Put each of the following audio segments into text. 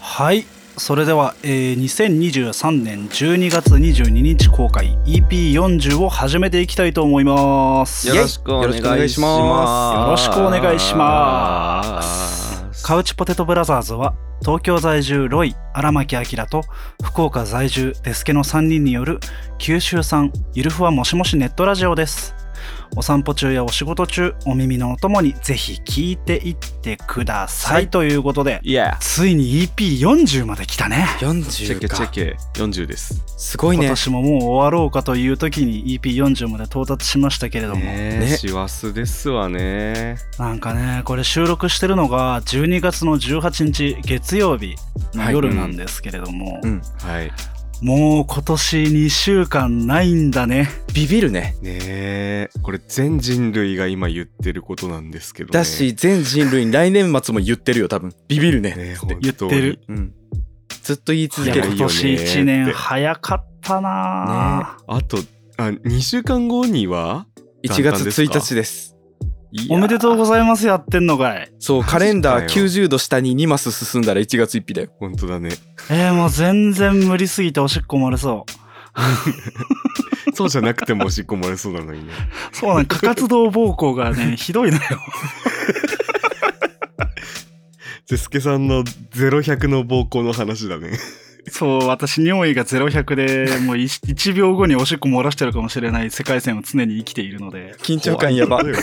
はいそれでは、えー2023年12月22日公開 EP40 を始めていきたいと思いますよろしくお願いします。よろしくお願いしますカウチポテトブラザーズは東京在住ロイ荒牧明と福岡在住デスケの3人による九州産ゆるふわもしもしネットラジオですお散歩中やお仕事中お耳のお供にぜひ聞いていってください、はいということでいや、ついに EP40 まで来たねチェッ40ケかチェッケ、40です。すごい今ね年ももう終わろうかという時に EP40 まで到達しましたけれども、ねえ、ね師走ですわね。なんかねこれ収録してるのが12月の18日月曜日の夜なんですけれども、うんはい。もう今年2週間ないんだねビビるねねえ、これ全人類が今言ってることなんですけどね。だし全人類に来年末も言ってるよ多分ビビるねねえ、つって言ってるうん、ずっと言い続いやけいるや今年いいよね1年早かったなあ、本当に。あと、あ、2週間後には1簡単月です1か日ですいやおめでとうございますやってんのかいそうマジカかよレンダー90度下に2マス進んだら1月1日だよ本当だね。えー、もう全然無理すぎておしっこ漏れそそうじゃなくてもおしっこ漏れそうなのに ね。うそうなん過活動膀胱がねひどいのよゼスケさんの0100の暴行の話だね。そう、私、尿意が0100で、もう 1, 秒後におしっこ漏らしてるかもしれない世界線を常に生きているので、緊張感や ば怖いよ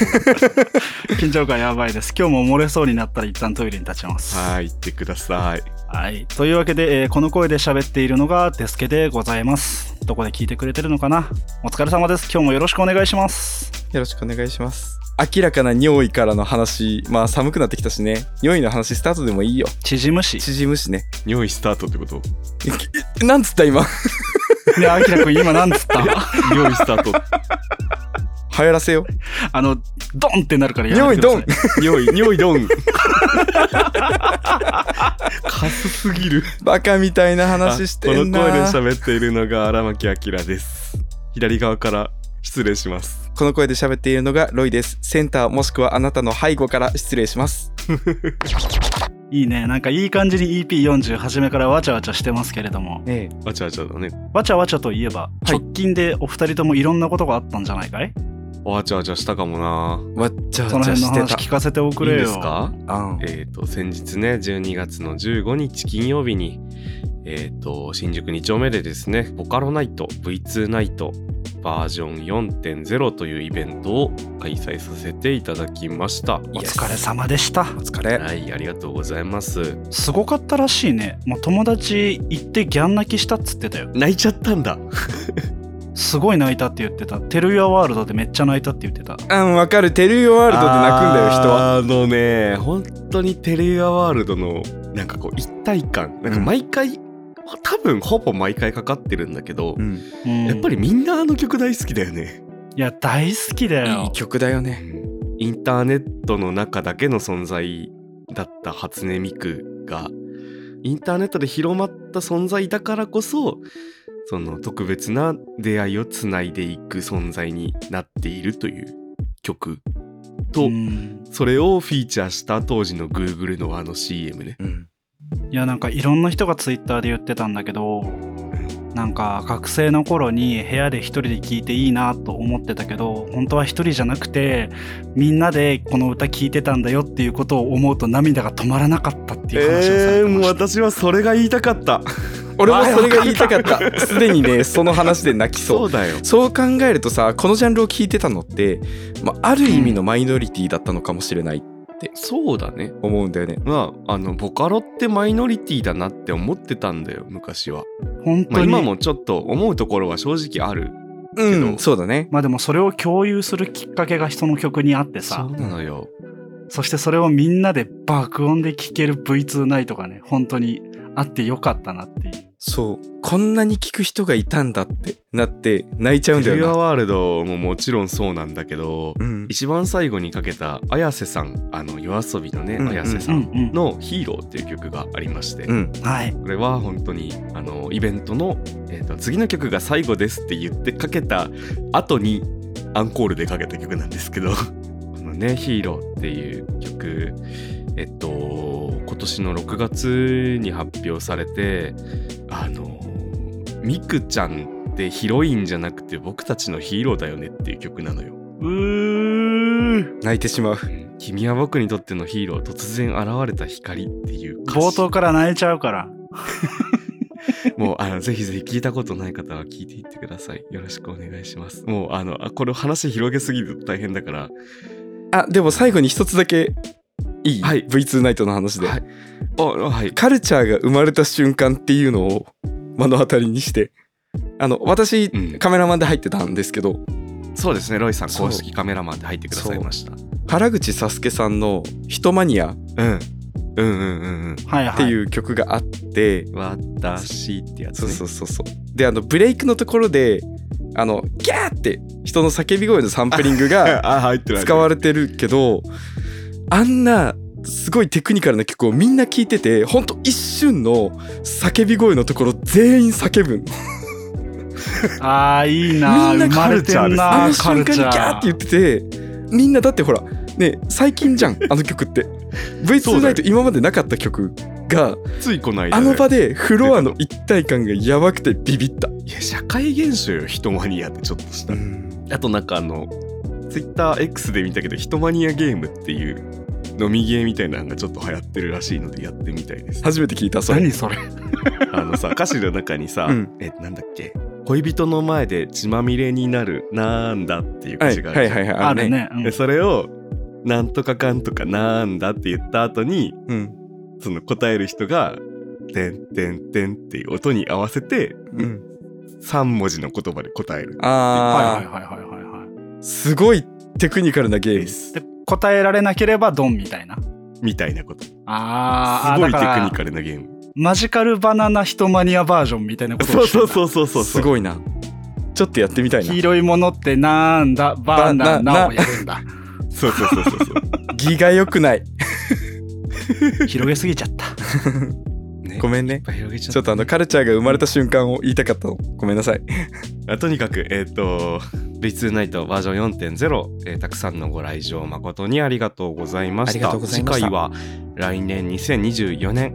緊張感やばいです。今日も漏れそうになったら一旦トイレに立ちます。はい、行ってください。はい。というわけで、えーこの声で喋っているのがデスケでございます。どこで聞いてくれてるのかなお疲れ様です。今日もよろしくお願いします。よろしくお願いします明らかな尿意からの話まあ寒くなってきたしね尿意の話スタートでもいいよ縮むし。縮むしね尿意スタートってことえなんつった今 ね、あきらくん今なんつった 尿意スタート。流行らせようあの、ドンってなるからやめてください。尿意尿意、尿意ドン。かすすぎる。バカみたいな話してんなあこの声で喋っているのが荒牧明です。左側から失礼します。この声で喋っているのがロイです。センターもしくはあなたの背後から失礼します。いいね。なんかいい感じに EP40 初めからわちゃわちゃしてますけれども。ねわちゃわちゃだね。わちゃわちゃといえば、い直近でお二人ともいろんなことがあったんじゃないかいわちゃわちゃしたかもな。え。わっちゃそわのち辺ゃのして話た。聞かせておくいいれんでよ。すかあんえっ、と、先日ね、12月の15日金曜日に、えっ、と、新宿2丁目でですね、ボカロナイト V2 ナイトバージョン4.0というイベントを開催させていただきました。お疲れ様でした。お疲れ。はい、ありがとうございます。すごかったらしいね。もう友達行ってギャン泣きしたっつってたよ。泣いちゃったんだ。すごい泣いたって言ってた。テルヤワールドでめっちゃ泣いたって言ってた。あん、わかる。テルヨワールドで泣くんだよ、人は。あのね本当にテレアワールドのなんかこう一体感なんか毎回、多分ほぼ毎回かかってるんだけど、うん。うん、やっぱり。りみんなあの曲大好きだよね。いや、大好きだいいよ。曲だよね。インターネットの中だけの存在だった初音ミクがインターネットで広まった存在だからこそその特別な出会いをつないでいく存在になっているという曲と、うんそれをフィーチャーした当時の Google のあの CM ね。うん。いやなんかいろんな人がツイッターで言ってたんだけどなんか学生の頃に部屋で一人で聴いていいなと思ってたけど本当は一人じゃなくてみんなでこの歌聴いてたんだよっていうことを思うと涙が止まらなかったっていう話をされえてー、もまうした、私はそれが言いたかった。俺もそれが言いたかった。すでにね、その話で泣きそう。うだよ。そう考えるとさ、このジャンルを聞いてたのって、まあ、ある意味のマイノリティだったのかもしれない、そうだね。思うんだよね。まあ、あの、ボカロってマイノリティだなって思ってたんだよ、昔は。本まあ、当に、ま今あ、もちょっと思うところは正直ある。うけどん、そうだね。でもそれを共有するきっかけが人の曲にあってそさうなのよ。そしてそれをみんなで爆音で聴ける V2 ナイトがね本当にあってよかったなっていうそう。こんなに聞く人がいたんだってなって、泣いちゃうんだテルアよな。ワールドももちろんそうなんだけど、うん。一番最後にかけた綾瀬さん、あの、夜遊びのね、うんうん綾瀬さうんんうんのヒーローっていう曲がありまして、うん。はいこれは本当にあのイベントの、えーと「次の曲が最後です」って言ってかけた後にアンコールでかけた曲 なんですけどこのね「ヒーロー」っていう曲えっと今今年の6月に発表されてあのミクちゃんってヒロインじゃなくて僕たちのヒーローだよねっていう曲なのよ。うー泣いてしまう。君は僕にとってのヒーロー突然現れた光っていう歌詞冒頭から泣いちゃうから。もうあのぜひぜひ聞いたことない方は聞いていってください。よろしくお願いします。もうあのあこれ話広げすぎると大変だから、あ、でも最後に一つだけいい、はい V2 ナイトの話で、はいあはいカルチャーが生まれた瞬間っていうのを目の当たりにして、あの、私、うんカメラマンで入ってたんですけど、そうですねロイさんそう公式カメラマンで入ってくださいました。う原口サスケさんの「ヒトマニア」っんうんうんうんはいはい。。ていうう曲があって、うん。私ってやつそね。うそうそうそうであのブレイクのところであのギャーって人の叫び声のサンプリン グがあ入って使われてるけどあんなすごいテクニカルな曲をみんな聴いててほんと一瞬の叫び声のところ全員叫ぶんああ、いいな。みんな生まれてんなあの、カ瞬間ルにギチャャーって言っててみんなだってほらね最近じゃんあの曲って V2 ナイト今までなかった曲がついこの間あの場ででフロアの一体感がやばくてビビった。いや社会現象よヒトマニアってちょっとした、あとなんかあの TwitterX で見たけどヒトマニアゲームっていう飲みゲーみたいなのがちょっと流行ってるらしいのでやってみたいです初めて聞いたそれ何それ。あのさ歌詞の中に さ、うんえなんだっけ恋人の前で血まみれになるなんだっていうは歌い詞があはるいじゃんはいはいあるね。うんでそれをなんとかかんとかなんだって言った後にうんその答える人が「てんてんてん」っていう音に合わせてうん3文字の言葉で答えるはいはいあはいはいはいはい。ーすごいテクニカルなゲームで答えられなければドンみたいな。みたいなことすああ、ごいだテクからニカルなゲームマジカルバナナヒトマニアバージョンみたいなことそうそううそうそうそうすごいなちょっとやってみたいな黄色いものってなんだバナナをやるんだ。そうそうそうそうそうギが良くない広げすぎちゃった。ねごめんね広げちちょっとあのカルチャーが生まれた瞬間を言いたかったのごめんなさいあとにかくえっ、と V2 ナイトバージョン4.0、えーたくさんのご来場誠にありがとうございましたありがとうございました次回は来年2024年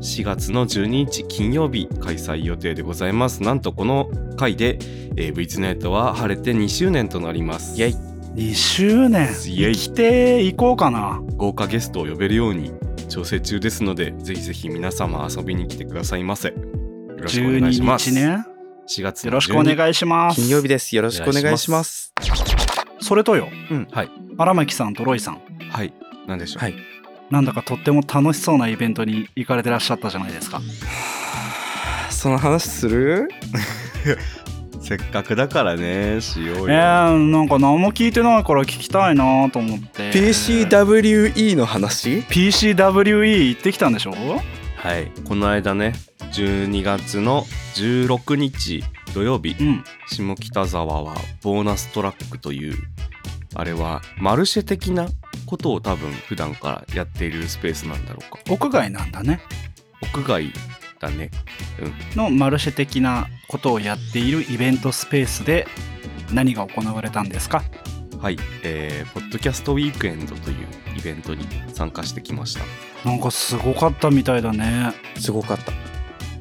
4月の12日金曜日開催予定でございますなんとこの回で、えー、V2 ナイトは晴れて2周年となりますイェイ2周年。イエイ生きていこうかな。豪華ゲストを呼べるように調整中ですのでぜひぜひ皆様遊びに来てくださいませよろしくお願いし12ます日ね。 4月のよろしくお願いします。金曜日ですよろしくお願いしますそれとよ、うんはい荒牧さんとロイさん、 12はい何でしょう、はいなんだかとっても楽しそうなイベントに行かれてらっしゃったじゃないですか。 その話するせっかくだからねしようよえー、なんか何も聞いてないから聞きたいなと思って。 PCWE の話 PCWE 行ってきたんでしょはい、この間ね12月の16日土曜日うん。下北沢はボーナストラックというあれはマルシェ的なことを多分普段からやっているスペースなんだろうか屋外なんだね。屋外だねのマルシェ的なことをやっているイベントスペースで何が行われたんですかはい、えー、ポッドキャストウィークエンドというイベントに参加してきましたなんかすごかったみたいだね。すごかった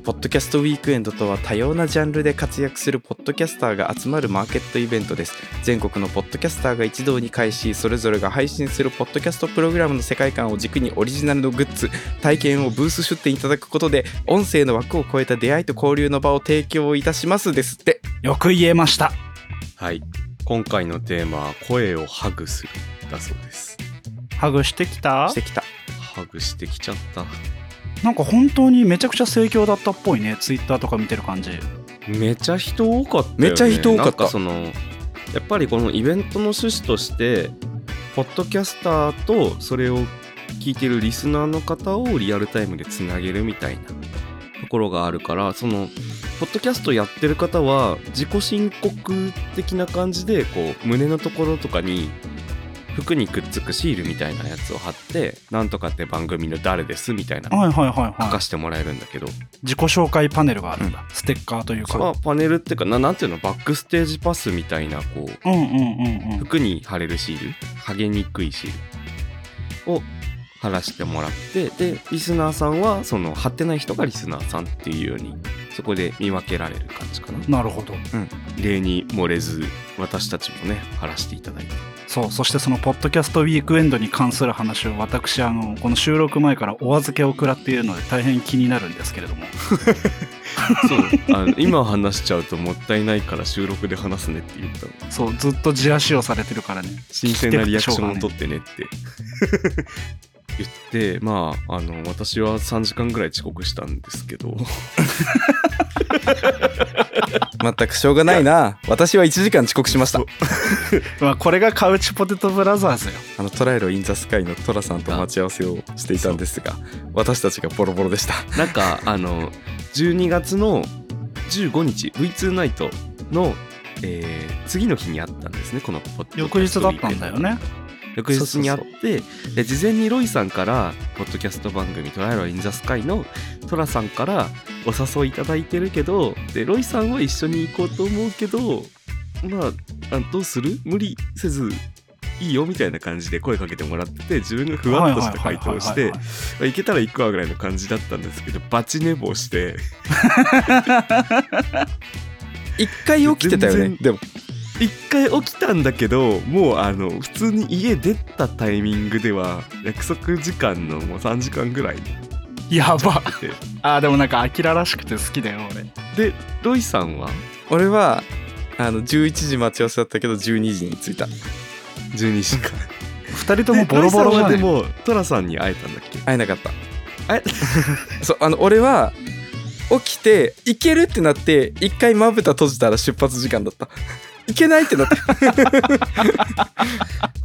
ポッドキャストウィークエンドとは多様なジャンルで活躍するポッドキャスターが集まるマーケットイベントです全国のポッドキャスターが一堂に会しそれぞれが配信するポッドキャストプログラムの世界観を軸にオリジナルのグッズ体験をブース出展いただくことで音声の枠を超えた出会いと交流の場を提供いたしますですってよく言えました。はい今回のテーマは声をハグするだそうですハグしてきたしてきたハグしてきちゃったなんか本当にめちゃくちゃ盛況だったっぽいね。ツイッターとか見てる感じ。めちゃ人多かったよ、ね、めちゃ人多かったなんかそのやっぱりこのイベントの趣旨としてポッドキャスターとそれを聞いてるリスナーの方をリアルタイムでつなげるみたいなところがあるからそのポッドキャストやってる方は自己申告的な感じでこう胸のところとかに服にくっつくシールみたいなやつを貼ってなんとかって番組の誰ですみたいなはいのはいはい書はかい。してもらえるんだけど自己紹介パネルがあるんだ。ステッカーというまかあ。パネルっていうかななんていうのバックステージパスみたいなこううんうんうんうん。服に貼れるシール剥げにくいシールを話してもらってでリスナーさんはその貼ってない人がリスナーさんっていうようにそこで見分けられる感じかななるほど例に漏れず私たちもね貼らせていただいてそうそしてそのポッドキャストウィークエンドに関する話を私あのこの収録前からお預けを食らっているので大変気になるんですけれどもそうあの今話しちゃうともったいないから収録で話すねって言ったのそうずっとじらしをされてるからね新鮮なリアクションを取ってねって言ってまああの私は3時間ぐらい遅刻したんですけど全くしょうがないな私は1時間遅刻しましたまあこれがカウチポテトブラザーズよあのトライアル・イン・ザ・スカイのトラさんと待ち合わせをしていたんですが私たちがボロボロでしたなんかあの12月の15日 V2 ナイトの、えー次の日にあったんですねこのポッドキャ翌日ストだったんだよね翌日にあってで事前にロイさんからポッドキャスト番組「トライアル・イン・ザ・スカイ」のトラさんからお誘いいただいてるけどでロイさんは一緒に行こうと思うけどまああどうする無理せずいいよみたいな感じで声かけてもらってて自分がふわっとした回答をしはいてはいはいまあ行けたら行くわぐらいの感じだったんですけどバチ寝坊して一回起きてたよね全然でも一回起きたんだけどもうあの普通に家出たタイミングでは約束時間のもう3時間ぐらいや ばであーでもなんかアキラらしくて好きだよ俺でロイさんは俺はあの11時待ち合わせだったけど12時に着いた12時 間二人ともボロボロでじゃロイさんはねでもトラさんに会えたんだっけ会えなかったえ そうあの俺は起きて行けるってなって一回まぶた閉じたら出発時間だった行けないってなって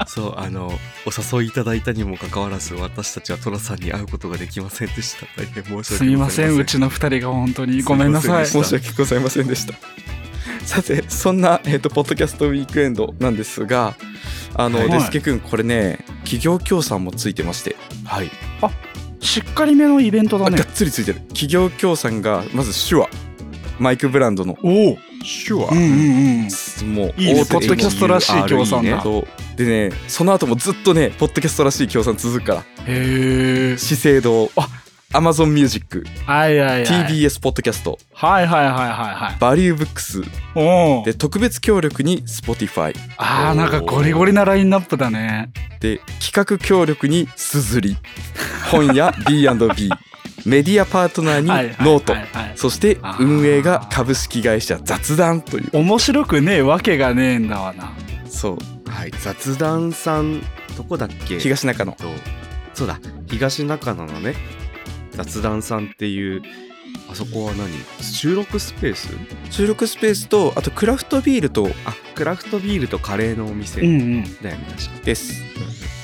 そうあのお誘いいただいたにもかかわらず私たちはトラさんに会うことができませんでした大変申し訳ございませんすみませんうちの二人が本当にごめんなさいすい申し訳ございませんでしたさてそんな、えっとポッドキャストウィークエンドなんですがあの、はいデスケ君これね企業協賛もついてまして、はいしっかりめのイベントだあがねっつりついてる企業協賛がまず手話マイクブランドのおお手話うんうんうんもういいね大手ポッドキャストらしい協賛だ MURE そうでねその後もずっとねポッドキャストらしい協賛続くからへえ資生堂あアマゾンミュージックはいはいはい TBS ポッドキャストはいはいはいはいはいバリューブックスおおで特別協力に Spotify あーなんかゴリゴリなラインナップだねで企画協力にすずり本 屋 B&B メディアパートナーにはいはいノートはいはいそしてあー運営が株式会社雑談という面白くねえわけがねえんだわなそうはい雑談さんどこだっけ東中野とそうだ東中野のね雑談さんっていうあそこは何収録スペース収録スペースとあとクラフトビールとあクラフトビールとカレーのお店うんうんいだよね、確かです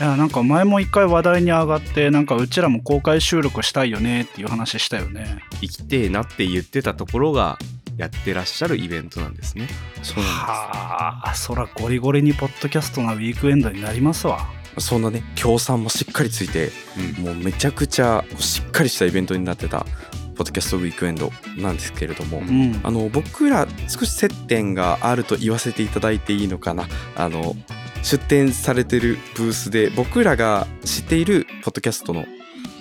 やなんか前も一回話題に上がってなんかうちらも公開収録したいよねっていう話したよね生きてえなって言ってたところがやってらっしゃるイベントなんですねそうなんはあそらゴリゴリにポッドキャストなウィークエンドになりますわですそんなね協賛もしっかりついてうんもうめちゃくちゃしっかりしたイベントになってたポッドキャストウィークエンドなんですけれども、うんあの僕ら少し接点があると言わせていただいていいのかなあの出展されてるブースで僕らが知っているポッドキャストの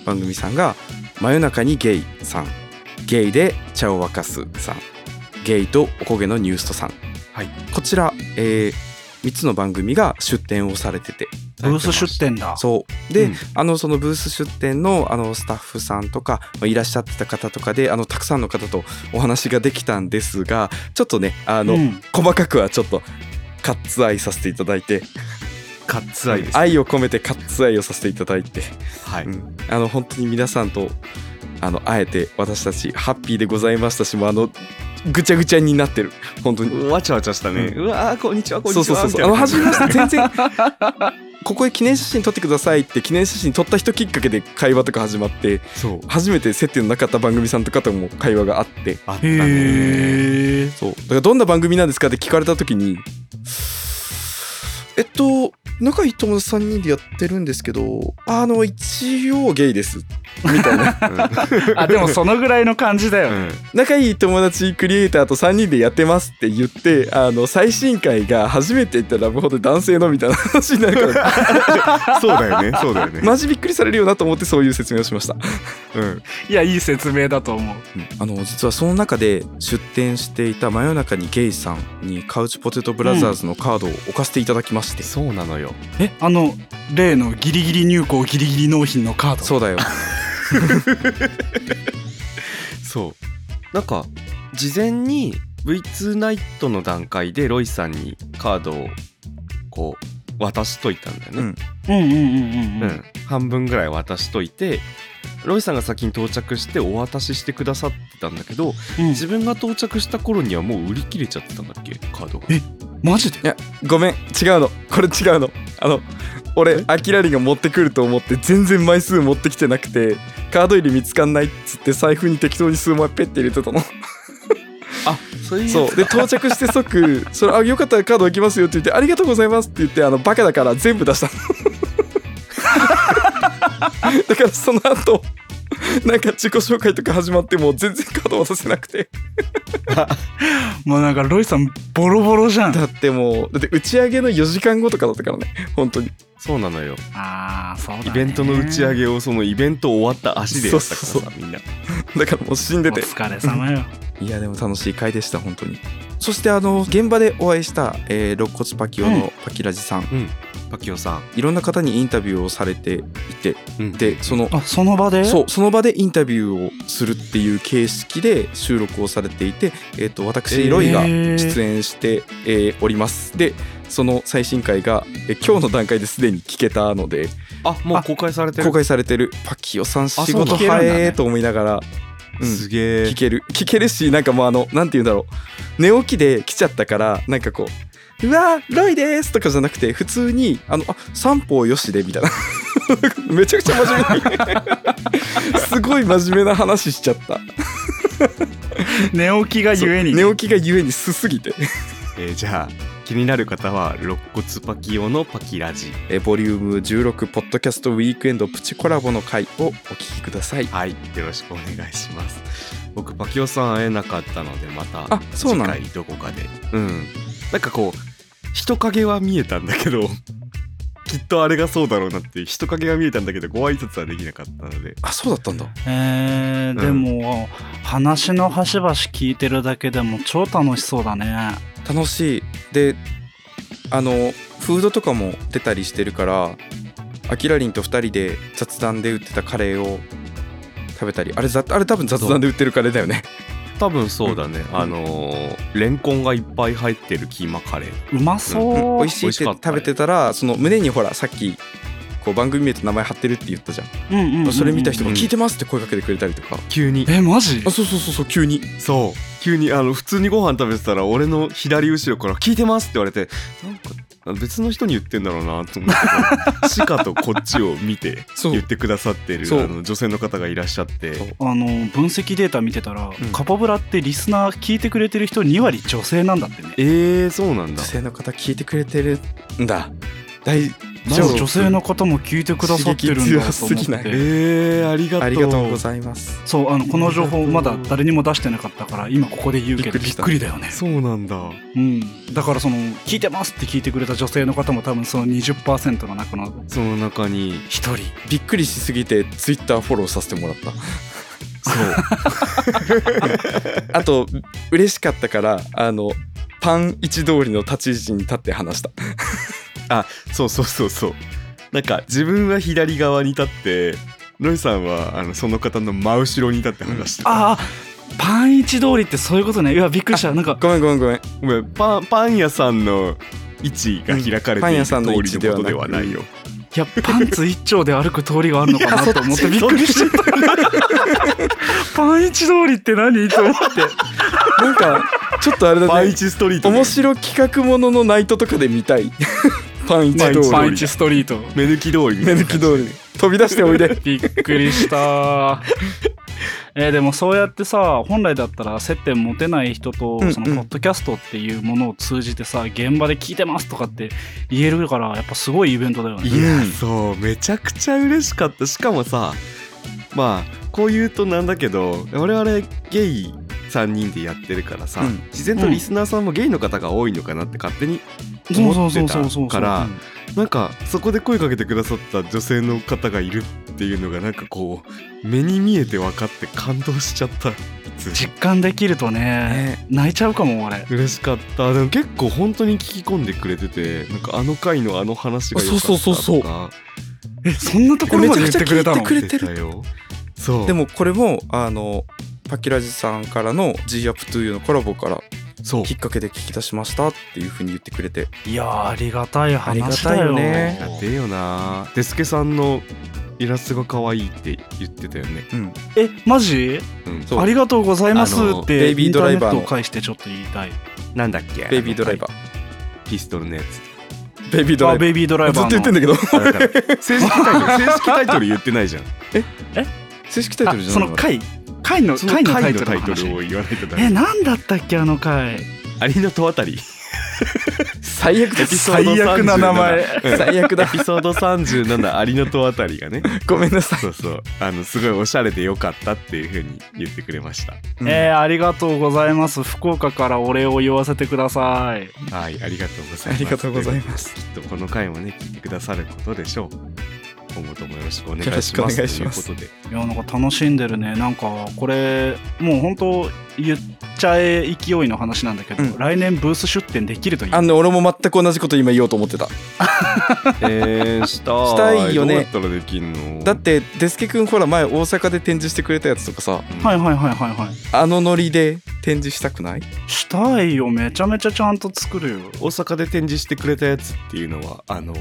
番組さんが「真夜中にゲイ」さん「ゲイで茶を沸かす」さん「ゲイとおこげのニュースト」さん、はいこちら、え3つの番組が出展をされててブース出店だそうで、うんあのそのブース出店のあのスタッフさんとかまあいらっしゃってた方とかであのたくさんの方とお話ができたんですがちょっとねあの、うん細かくはちょっとカッツアイさせていただいてカッツアイです、愛を込めてカッツアイをさせていただいて、はいうんあの本当に皆さんとあの会えて私たちハッピーでございましたしもうあのぐちゃぐちゃになってる本当にわちゃわちゃしたね、ううわーこんにちはこんにちそうはそうそうそうあの初めまして全然ここへ記念写真撮ってくださいって記念写真撮った人きっかけで会話とか始まってそう初めて接点のなかった番組さんとかとも会話があってあったねへえそうだからどんな番組なんですかって聞かれた時にえっと仲いい友達3人でやってるんですけどあの一応ゲイですみたいなあでもそのぐらいの感じだよ、うん仲いい友達クリエイターと3人でやってますって言ってあの最新回が初めて行ったラブホで男性のみたいな話になるからそうだよねそうだよね、 マジびっくりされるよなと思ってそういう説明をしま したうん、いやいい説明だと思うあの実はその中で出展していた真夜中にゲイさんにカウチポテトブラザーズのカードを置かせていただきまして、そうなのよあの例のギリギリ入稿ギリギリ納品のカードそうだよそうなんか事前に V2 ナイトの段階でロイさんにカードをこう渡しといたんだよね、うんうんうんうんううんん、半分ぐらい渡しといてロイさんが先に到着してお渡ししてくださってたんだけどうん自分が到着した頃にはもう売り切れちゃってたんだっけカードがえマジでいやごめん違うのこれ違うのあの俺アキラリンが持ってくると思って全然枚数持ってきてなくてカード入り見つかんないっつって財布に適当に数枚ペッて入れてたのあそういうそうで到着して 即「それあよかったらカード置きますよ」って言って「ありがとうございます」って言ってあのバカだから全部出したの だからその後なんか自己紹介とか始まってもう全然カード渡せなくてもうなんかロイさんボロボロじゃんだってもうだって打ち上げの4時間後とかだったからね本当にそうなのよああそうだ、ね、イベントの打ち上げをそのイベント終わった足でやったからさそうそうみんなだからもう死んでおて疲れ様よいやでも楽しい回でした本当にそしてあの現場でお会いした、えー、肋骨パキオうんのパキラジさん、パキオさん、いろんな方にインタビューをされていてうんでそのあその場でそうその場でインタビューをするっていう形式で収録をされていて、えー、とえ私ーロイが出演して、えーおりますでその最新回が、えー今日の段階ですでに聞けたのであもう公開されてる公開されてるパキオさんそう仕事聞けるんだ早ねえと思いながら、うんすげえ聞ける聞けるしなんかもうあのなんて言うんだろう寝起きで来ちゃったからなんかこう「うわーロイです」とかじゃなくて普通に「あのあ三方よしで」みたいな めちゃくちゃ真面目に すごい真面目な話しちゃった寝起きがゆえに寝起きがゆえにすすぎて、えーじゃあ気になる方は肋骨パキオのパキラジえボリューム16ポッドキャストウィークエンドプチコラボの回をお聞きくださいはいよろしくお願いします僕パキオさん会えなかったのでまたあそうなの次回どこかでうんなんかこう人影は見えたんだけどきっとあれがそうだろうなっていう人影が見えたんだけどご挨拶はできなかったのであそうだったんだえー、でも、話の端々聞いてるだけでも超楽しそうだね楽しいであのフードとかも出たりしてるからアキラリンと2人で雑談で売ってたカレーを食べたりあれざあれ多分雑談で売ってるカレーだよね多分そうだね、あのーレンコンがいっぱい入ってるキーマカレーうまそう、うん美味しい美っ味てしかった食べてたらその胸にほらさっきこう番組名と名前貼ってるって言ったじゃん,、うんうんうんうんそれ見た人がうん聞いてます」って声かけてくれたりとか、急にえマジあそうそうそうそう急にそう急にあの普通にご飯食べてたら俺の左後ろから「聞いてます」って言われてなんかあ別の人に言ってんだろうなと思ってシカとこっちを見てそう言ってくださってるそうあの女性の方がいらっしゃってそうあの分析データ見てたら、んカポブラってリスナー聞いてくれてる人2割女性なんだってねえー、そうなんだ女性の方聞いてくれてるんだ大じゃあそう女性の方も聞いてくださってるんだと思刺激強すぎなっいてえー、ありがとうありがとうございますそうあのこの情報まだ誰にも出してなかったから今ここで言うけどびびっっくくりだよね、そうなんだうん、だからその「聞いてます」って聞いてくれた女性の方も多分その20%の中のその中に1人びっくりしすぎてツイッターフォローさせてもらったそう あと嬉しかったからあのパン一通りの立ち位置に立って話したそうそうそうそうなんか自分は左側に立ってロイさんはあのその方の真後ろに立って話してた、ああパン市通りってそういうことねいやびっくりしたなんかごめんごめんごめんごめんパンパン屋さんの位置が開かれパンてい屋るさ通んの位置りでのはこなとくではない よ。いやパンツ一丁で歩く通りがあるのかいやなと思ってそっちびっくりしちゃったパン市通りって何と思 ってなんかちょっとあれパだンイねチストリートで面白企画もののナイトとかで見たいパン一通りパン市ストリート目抜き通りみた目いな抜き通り飛び出しておいでびっくりした えーでもそうやってさ本来だったら接点持てない人と、うんうんそのポッドキャストっていうものを通じてさ現場で聞いてますとかって言えるからやっぱすごいイベントだよねいや、うんそうめちゃくちゃ嬉しかったしかもさまあこう言うとなんだけど我々ゲイ3人でやってるからさ、うん自然とリスナーさんもゲイの方が多いのかなって勝手に思ってたからなんかそこで声かけてくださった女性の方がいるっていうのがなんかこう目に見えて分かって感動しちゃっ たいつ実感できると ねね泣いちゃうかも俺嬉しかったでも結構本当に聞き込んでくれててなんかあの回のあの話が良かったとそかうそうそうそうえそんなところまで言ってくれたのめちゃくちゃ聞いてくれてる出たよそうでもこれもあのパキラジさんからの「G アップトゥーのコラボからそうきっかけで聞き出しましたっていうふうに言ってくれていやーありがたい話だよありがたいよねだってよなデスケさんのイラストが可愛いって言ってたよね、うんえマジうん、そうありがとうございますあのってベイビードライバーのインターネットを介してちょっと言いたいなんだっけベイビードライバーピストルのやつーベイビードラあイバーベイビードライずバっと言ってーんのだけあだど から正式タイトル正式タイトル言ってないじゃん正式タイトルあじゃそないの回回のその回のタイ回のトルタのイト話ルを言わないとダえメなんだったっけあの回アリの戸あたり最悪だ最悪な名前最悪エだピソード37アリの戸あたりがね ごめんなさいそうそうあのすごいおしゃれでよかったっていうふうに言ってくれましたうんえーありがとうございます福岡からお礼を言わせてくださいはいありがとうございますありがとうございますということできっとこの回もね聞いてくださることでしょう今後ともよろしくお願いしよろましすくお願いしますということでいやなんか楽しんでるねなんかこれもう本当言っちゃえ勢いの話なんだけど、うん来年ブース出店できるといいあのね俺も全く同じこと今言おうと思ってたえー、したいしたいよねどうやったらできんのだってデスケ君ほら前大阪で展示してくれたやつとかさはいはいはいはいはいあのノリで展示したくないしたいよめちゃめちゃちゃんと作るよ大阪で展示してくれたやつっていうのはあの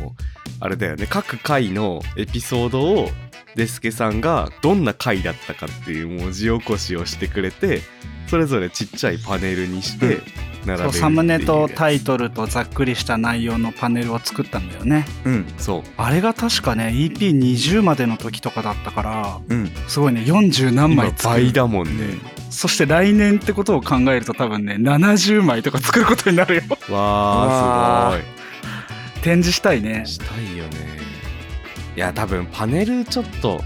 あれだよね各回のエピソードをデスケさんがどんな回だったかっていう文字起こしをしてくれてそれぞれちっちゃいパネルにして並べるっていそううサムネとタイイトルとざっくりした内容のパネルを作ったんだよねうんそうあれが確かね EP20 までの時とかだったからうんすごいね40何今枚作倍るだもんね、そして来年ってことを考えると多分ね70枚とか作ることになるよ わあす展示したいねごいしたいよねいや多分パネルちょっと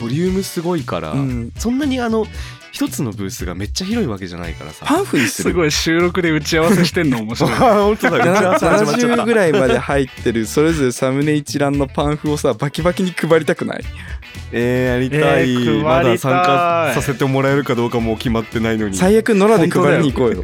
ボリュームすごいから、うんそんなにあの一つのブースがめっちゃ広いわけじゃないからさパンフにすするごい収録で打ち合わせしてんの面白い 本当だ打ち合わせ 始まっちゃった70ぐらいまで入ってるそれぞれサムネ一覧のパンフをさバキバキに配りたくないえー、やりたい,、えーま配りたいだ参加させてもらえるかどうかもう決まってないのに最悪野良で配りに行こうよ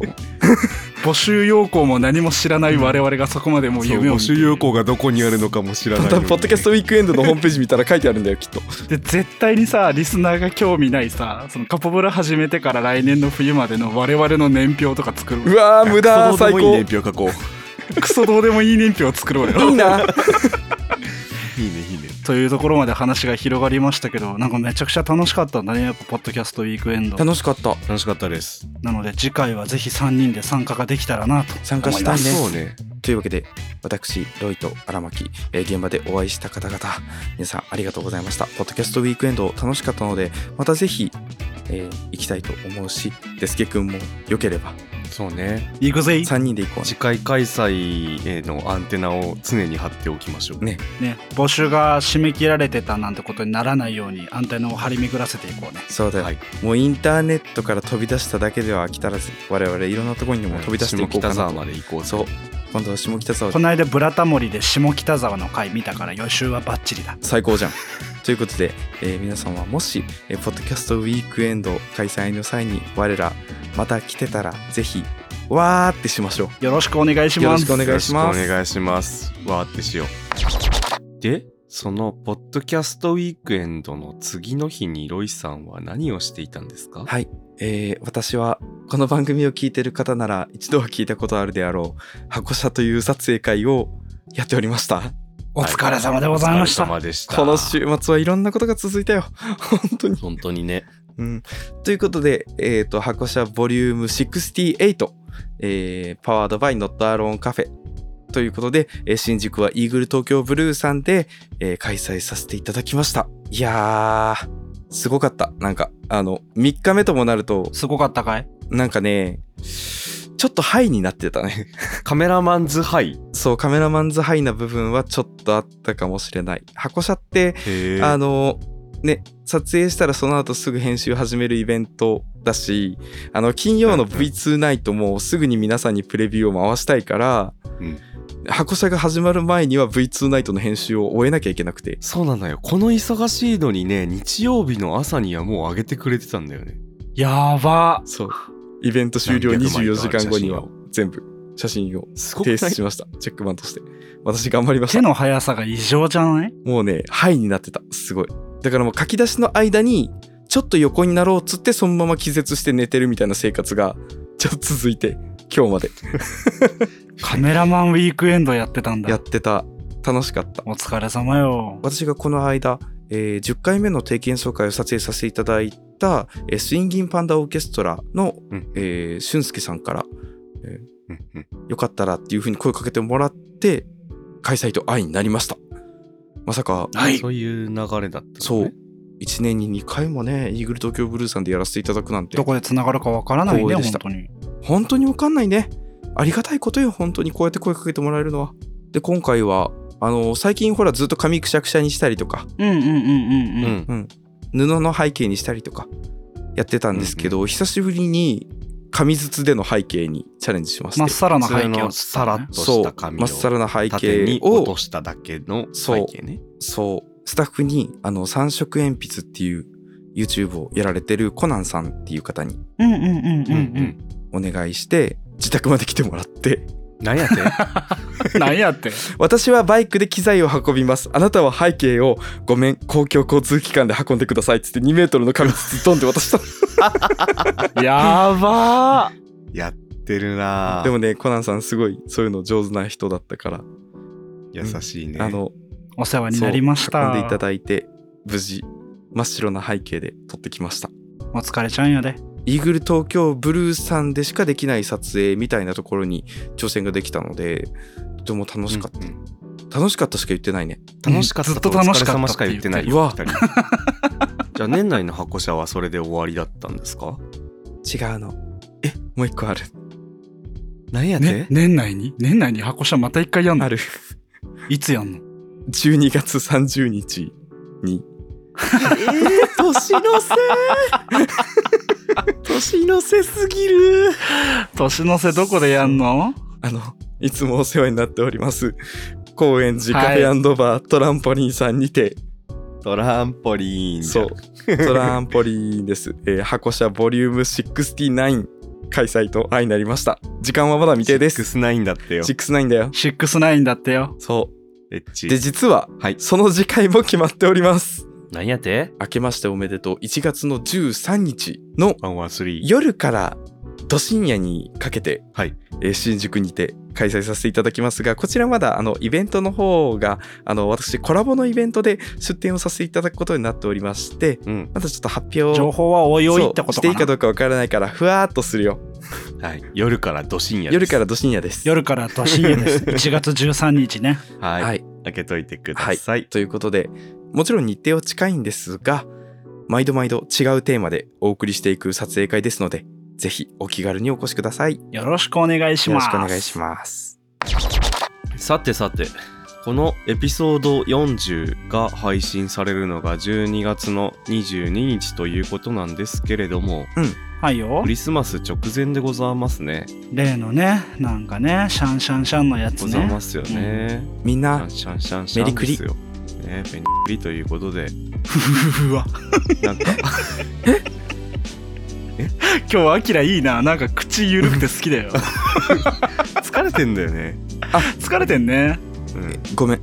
募集要項も何も知らない我々がそこまでもう夢を募見て集いる要項がどこにあるのかも知らないまのたにポッドキャストウィークエンドのホームページ見たら書いてあるんだよきっとで絶対にさリスナーが興味ないさそのカポブラ始めてから来年の冬までの我々の年表とか作ろううわー無クソど駄う最でもいい高年表書こクソどうでもいい年表を作ろうよいいなういいねいいねというところまで話が広がりましたけどなんかめちゃくちゃ楽しかったんだねやっぱポッドキャストウィークエンド楽しかった楽しかったですなので次回はぜひ3人で参加ができたらなと参加したいねそうねというわけで私ロイと荒牧、えー現場でお会いした方々皆さんありがとうございましたポッドキャストウィークエンド楽しかったのでまたぜひ、えー行きたいと思うしデスケ君も良ければそうねいくぜい3人で行こうね次回開催へのアンテナを常に張っておきましょうねね募集が締め切られてたなんてことにならないようにアンテナを張り巡らせていこうねそうだよ、はいもうインターネットから飛び出しただけでは飽き足らず我々いろんなところにも飛び出していこうか下北な沢とまで行こうそう今度は下北沢この間ブラタモリで下北沢の回見たから予習はバッチリだ最高じゃん。ということで、えー皆さんはもし、えーポッドキャストウィークエンド開催の際に我らまた来てたらぜひわーってしましょよろしくお願いしよまろすしくお願いしますよろしくお願いしますわーってしようでそのポッドキャストウィークエンドの次の日にロイさんは何をしていたんですかう。はい、えー私はこの番組を聞いてる方なら一度は聞いたことあるであろう箱車という撮影会をやっておりました。お疲れ様でございましたお疲れ様でしたこの週末はいろんなことが続いたよ。本当に。本当にねうん、ということで、えー、と箱車ボリューム68、えー、パワードバイノットアローンカフェということで、えー新宿はイーグル東京ブルーさんで、えー開催させていただきましたいやーすごかったなんかあの3日目ともなるとすごかったかいなんかねちょっとハイになってたね カメラマンズハイそうカメラマンズハイな部分はちょっとあったかもしれない箱車ってあのね、撮影したらその後すぐ編集始めるイベントだしあの金曜のうんうん V2 ナイトもすぐに皆さんにプレビューを回したいから、うん箱車が始まる前には V2 ナイトの編集を終えなきゃいけなくてそうなのよこの忙しいのにね日曜日の朝にはもう上げてくれてたんだよねやばそうイベント終了何百枚24とある時間後に写は全部写真をすごくな提い出しましたチェックマンとして私頑張りました手の速さが異常じゃないもうね、ハイになってた。すごい。だからもう書き出しの間に、ちょっと横になろうっつって、そのまま気絶して寝てるみたいな生活が、ちょっと続いて、今日までカメラマンウィークエンドやってたんやだってた。楽しかった。お疲れ様よ私がこの間、えー10回目の定期演奏会を撮影させていただいた、えースインギンパンダオーケストラの、うんえー俊介さんから、うんうんよかったらっていうふうに声かけてもらって、開催と愛になりました。まさか、はいそういう流れだったのねそう。1年に2回もね、イーグル東京ブルーさんでやらせていただくなんて。どこでつながるかわからないね光栄本でした当に本当にわかんないねありがたいことよ本当にこうやって声かけてもらえるのはで今回はあの最近ほらずっと髪くしゃくしゃにしたりとかうんうんうんうんうん布の背景にしたりとかやってたんですけど、久しぶりに紙筒での背景にチャレンジしまして、まっさらな普背通景をのさらっとそしたう髪まっをさらな背縦景に落をとしただけの背景ねそうスタッフにあの三色鉛筆っていう YouTube をやられてるコナンさんっていう方にうんうんうんうんううんんお願いして自宅まで来てもらって何や っ て何やって私はバイクで機材を運びますあなたは背景をごめん公共交通機関で運んでくださいっつって2メートルの紙筒ドンって 渡し たやばーやってるなぁでもねコナンさんすごいそういうの上手な人だったから、優しいねあのお世話になりましそうた運んでいただいて無事真っ白な背景で撮ってきましたお疲れちゃんやでイーグル東京ブルーさんでしかできない撮影みたいなところに挑戦ができたのでとても楽しかった、うんうん楽しかったしか言ってないね楽しかったとお疲れ様しか言ってないよずっ二人じゃあ年内の箱車はそれで終わりだったんですか違うのえもう一個ある何やね年内に年内に箱車また一回やんあのる いつやんの12月30日 に年のせ年のせすぎる年の瀬どこでやんの あの、いつもお世話になっております。高円寺カフェバートランポリンさんにて、トランポリンじそゃんう、トランポリンです。えー箱車ボリューム69開催と愛になりました。時間はまだ未定です。 69だってよ69だよ。 69だってよそエッチう。で、実は、はいその次回も決まっております。何やって明けましておめでとう。1月の13日のワンワンスリー夜からど深夜にかけて、はいえー新宿にて開催させていただきますがこちらまだあのイベントの方があの私コラボのイベントで出展をさせていただくことになっておりましてうんまだちょっと発表情を報はおいおいってそうこしとていかないかどうかわからないからふわーっとするよはい夜からド深夜です夜からど深夜です。夜から年家です 1月13日ねはい、はい、開けといてください、ということでもちろん日程は近いんですが毎度毎度違うテーマでお送りしていく撮影会ですのでぜひお気軽にお越しください。よよろしくお願いしろますしくお願いします。さてさてこのエピソード40が配信されるのが12月の22日ということなんですけれどもはいよクリスマス直前でございますね例のねなんかねシャンシャンシャンのやつございねますよね、みんなシャンシャンシャンシャンですよねペニクリということでうわなんか今日アキラいいななんか口緩くて好き だよ疲れてんだよね疲れてんねごめん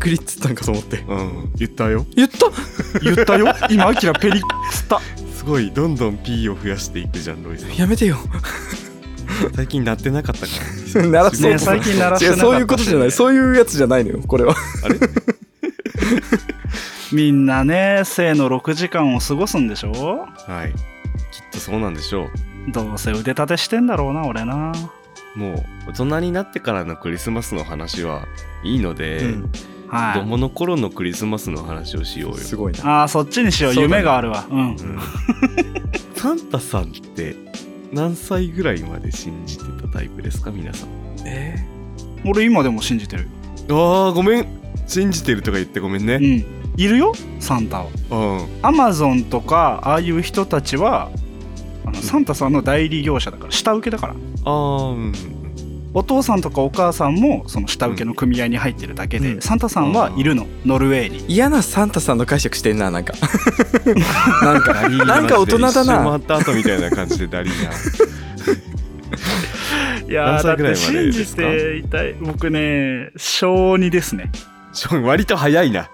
クリッツったんかと思ってうん、うん、言ったよ言った言ったよ 今アキラペリつったすごいどんどん P を増やしていくじゃんロイさんやめ てよ最近なってなかったから 鳴らそうねと思最っ近鳴らしてて違なうかったそういうことじゃないそういうやつじゃないのよこれはみんなね生の6時間を過ごすんでしょはいきっとそうなんでしょうどうせ腕立てしてんだろうな俺なもう大人になってからのクリスマスの話はいいので、うんは子い供の頃のクリスマスの話をしようよ、すごいなあーそっちにしようそうだね夢があるわうんうん サンタさんって何歳ぐらいまで信じてたタイプですか皆さんえ俺今でも信じてるあーごめん信じてるとか言ってごめんうね、んいるよサンタはうんアマゾンとかああいう人たちはあのサンタさんの代理業者だから下請けだからあーうんお父さんとかお母さんもその下請けの組合に入ってるだけで、うんサンタさんはいるのノルウェーに嫌なサンタさんの解釈してんななん かなんかダリーナなんか大人だな一周回った後みたいな感じでダリーナい何歳ぐらいまでですかいたい僕ね小2ですね ちょ割と早いな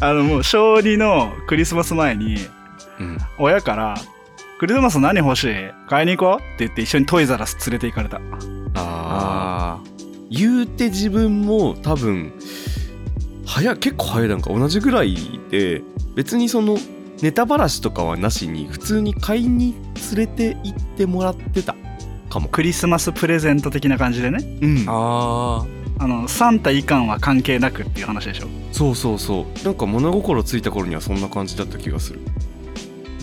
あのもう小2のクリスマス前にうん親から「クリスマス何欲しい買いに行こう」って言って一緒にトイザらス連れて行かれたあああー言うて自分も多分早い結構早いなんか同じぐらいで別にそのネタばらしとかはなしに普通に買いに連れて行ってもらってたかもクリスマスプレゼント的な感じでねうんあーあのサンタ以下は関係なくっていう話でしょそうそうそうなんか物心ついた頃にはそんな感じだった気がする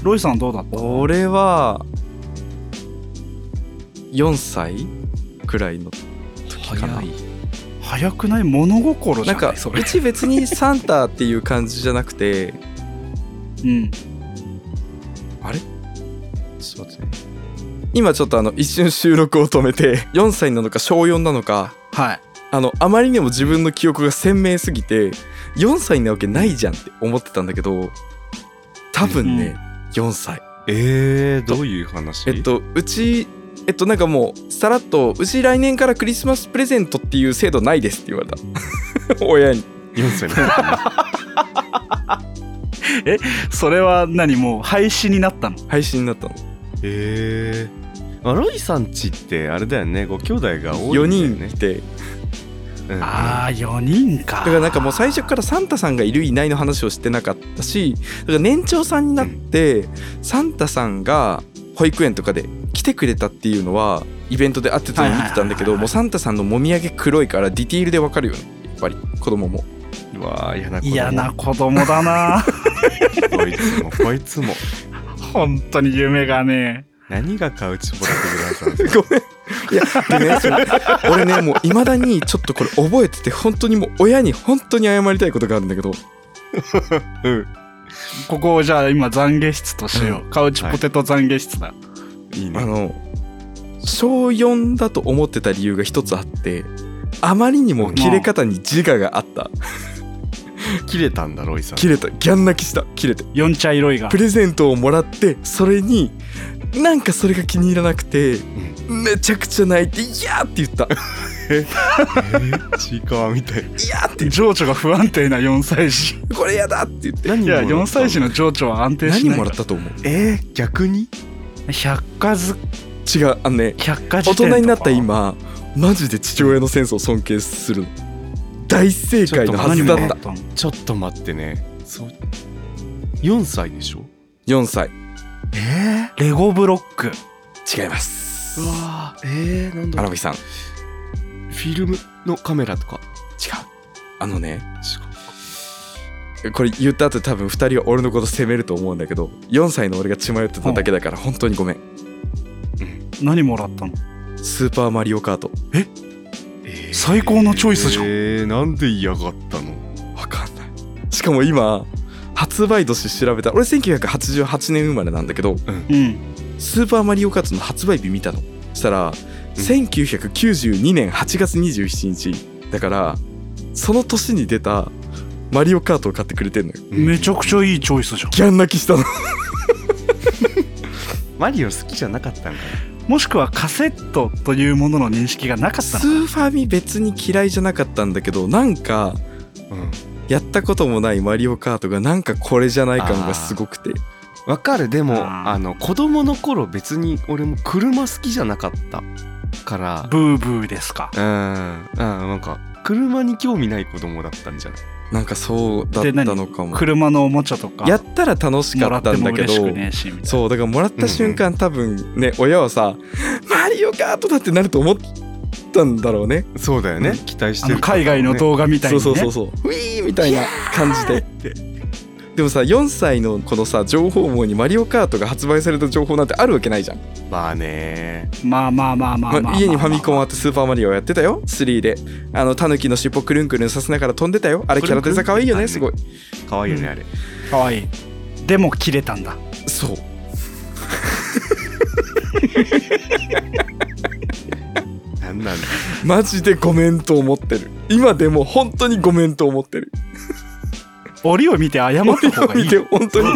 ロイさんどうだった俺は4歳くらいの時かな早い早くない物心じなゃんなかいそうち別にサンタっていう感じじゃなくてうんあれちょっと待ってね今ちょっとあの一瞬収録を止めて4歳なのか小4なのかはいあのあまりにも自分の記憶が鮮明すぎて4歳なわけないじゃんって思ってたんだけど多分ね、4歳えー、どういう話えっとうちえっとなんかもうさらっと「うち来年からクリスマスプレゼントっていう制度ないです」って言われた 親に4歳の時かそれは何もう廃止になったの配信になったの ええー、あロイさんちってあれだよねご兄弟が多4いんだよ人ねいて4人、うん、あー4人かだからなんかもう最初からサンタさんがいるいないの話をしてなかったしだから年長さんになってサンタさんが保育園とかで来てくれたっていうのはイベントで会ってたのを見てたんはいはだけいはいはどいもうサンタさんのもみあげ黒いからディティールでわかるよねやっぱり子供もうわー嫌な子供嫌な子供だなこいつもこいつも本当に夢がね何が買うちぼらくぐらさんごめんいやでね それ俺ねもういまだにちょっとこれ覚えてて本当にもう親に本当に謝りたいことがあるんだけどうんここをじゃあ今懺悔室としよう、カウチポテト懺悔室だ、いいあねの小4だと思ってた理由が一つあってあまりにも切れ方に自我があった切れたんだロイさん切れたギャン泣きした切れて四茶色いがプレゼントをもらってそれになんかそれが気に入らなくて、めちゃくちゃ泣いて「いや!」って言った「 ちいかわみたいいや!」って言っ情緒が不安定な4歳 児て「これやだ!」って言って何いや4歳児の情緒は安定し何ないもからったと思うえー、逆に百科ず違うあのね百科大事典とか人になった今マジで父親のセンスを尊敬するの大正解のは何ずだもっらたったのちょっと待ってねそう4歳でしょ4歳えレゴブロック違いますー、うわーえー、なんだ荒ろう牧さん違うフィルムのカメラとかあのねこれ言った後多分2人は俺のこと責めると思うんだけど4歳の俺が血迷ってただけだから本当にごめん何もらったのスーパーマリオカートえー最高のチョイスじゃんえー、なんで嫌がったのわかんないしかも今発売年調べた俺1988年生まれなんだけうどんスーパーマリオカートの発売日見たのそしたら1992年8月27日だからその年に出たマリオカートを買ってくれてんのよめちゃくちゃいいチョイスじゃんギャン泣きしたのマリオ好きじゃなかったんかもしくはカセットというものの認識がなかったスのーファミ別に嫌いじゃなかったんだけどなんかなうんやったこともないマリオカートがなんかこれじゃない感がすごくてわかるであもーあの子供の頃別に俺も車好きじゃなかったからブーブーですかうんうんなんか車に興味ない子供だったんじゃないなんかそうだったのかも車のおもちゃとかやったら楽しもからっったてんもだけ嬉しどくねえしみたいなそうだからもらった瞬間、多分ね親はさ「マリオカートだ!」ってなると思ったんだろうねそうだよね、うん期待しあてのる方も海ね外の動画みたいにそうね そうそうそう「ウィー!」みたいな感じででもさ4歳のこのさ情報網にマリオカートが発売された情報なんてあるわけないじゃん、まあねまあまあまあまあまあ、まあ、家にファミコンあはってスーパーマリオやってたよ3であのタヌキの尻尾くるんくるんさせながら飛んでたよあれキャラデザ可愛いよねすごい可愛いよねうんあれかわいいでも切れたんだそうなんなんだマジでごめんと思ってる今でも本当にごめんと思ってる折を見て謝った方がい見いて本当に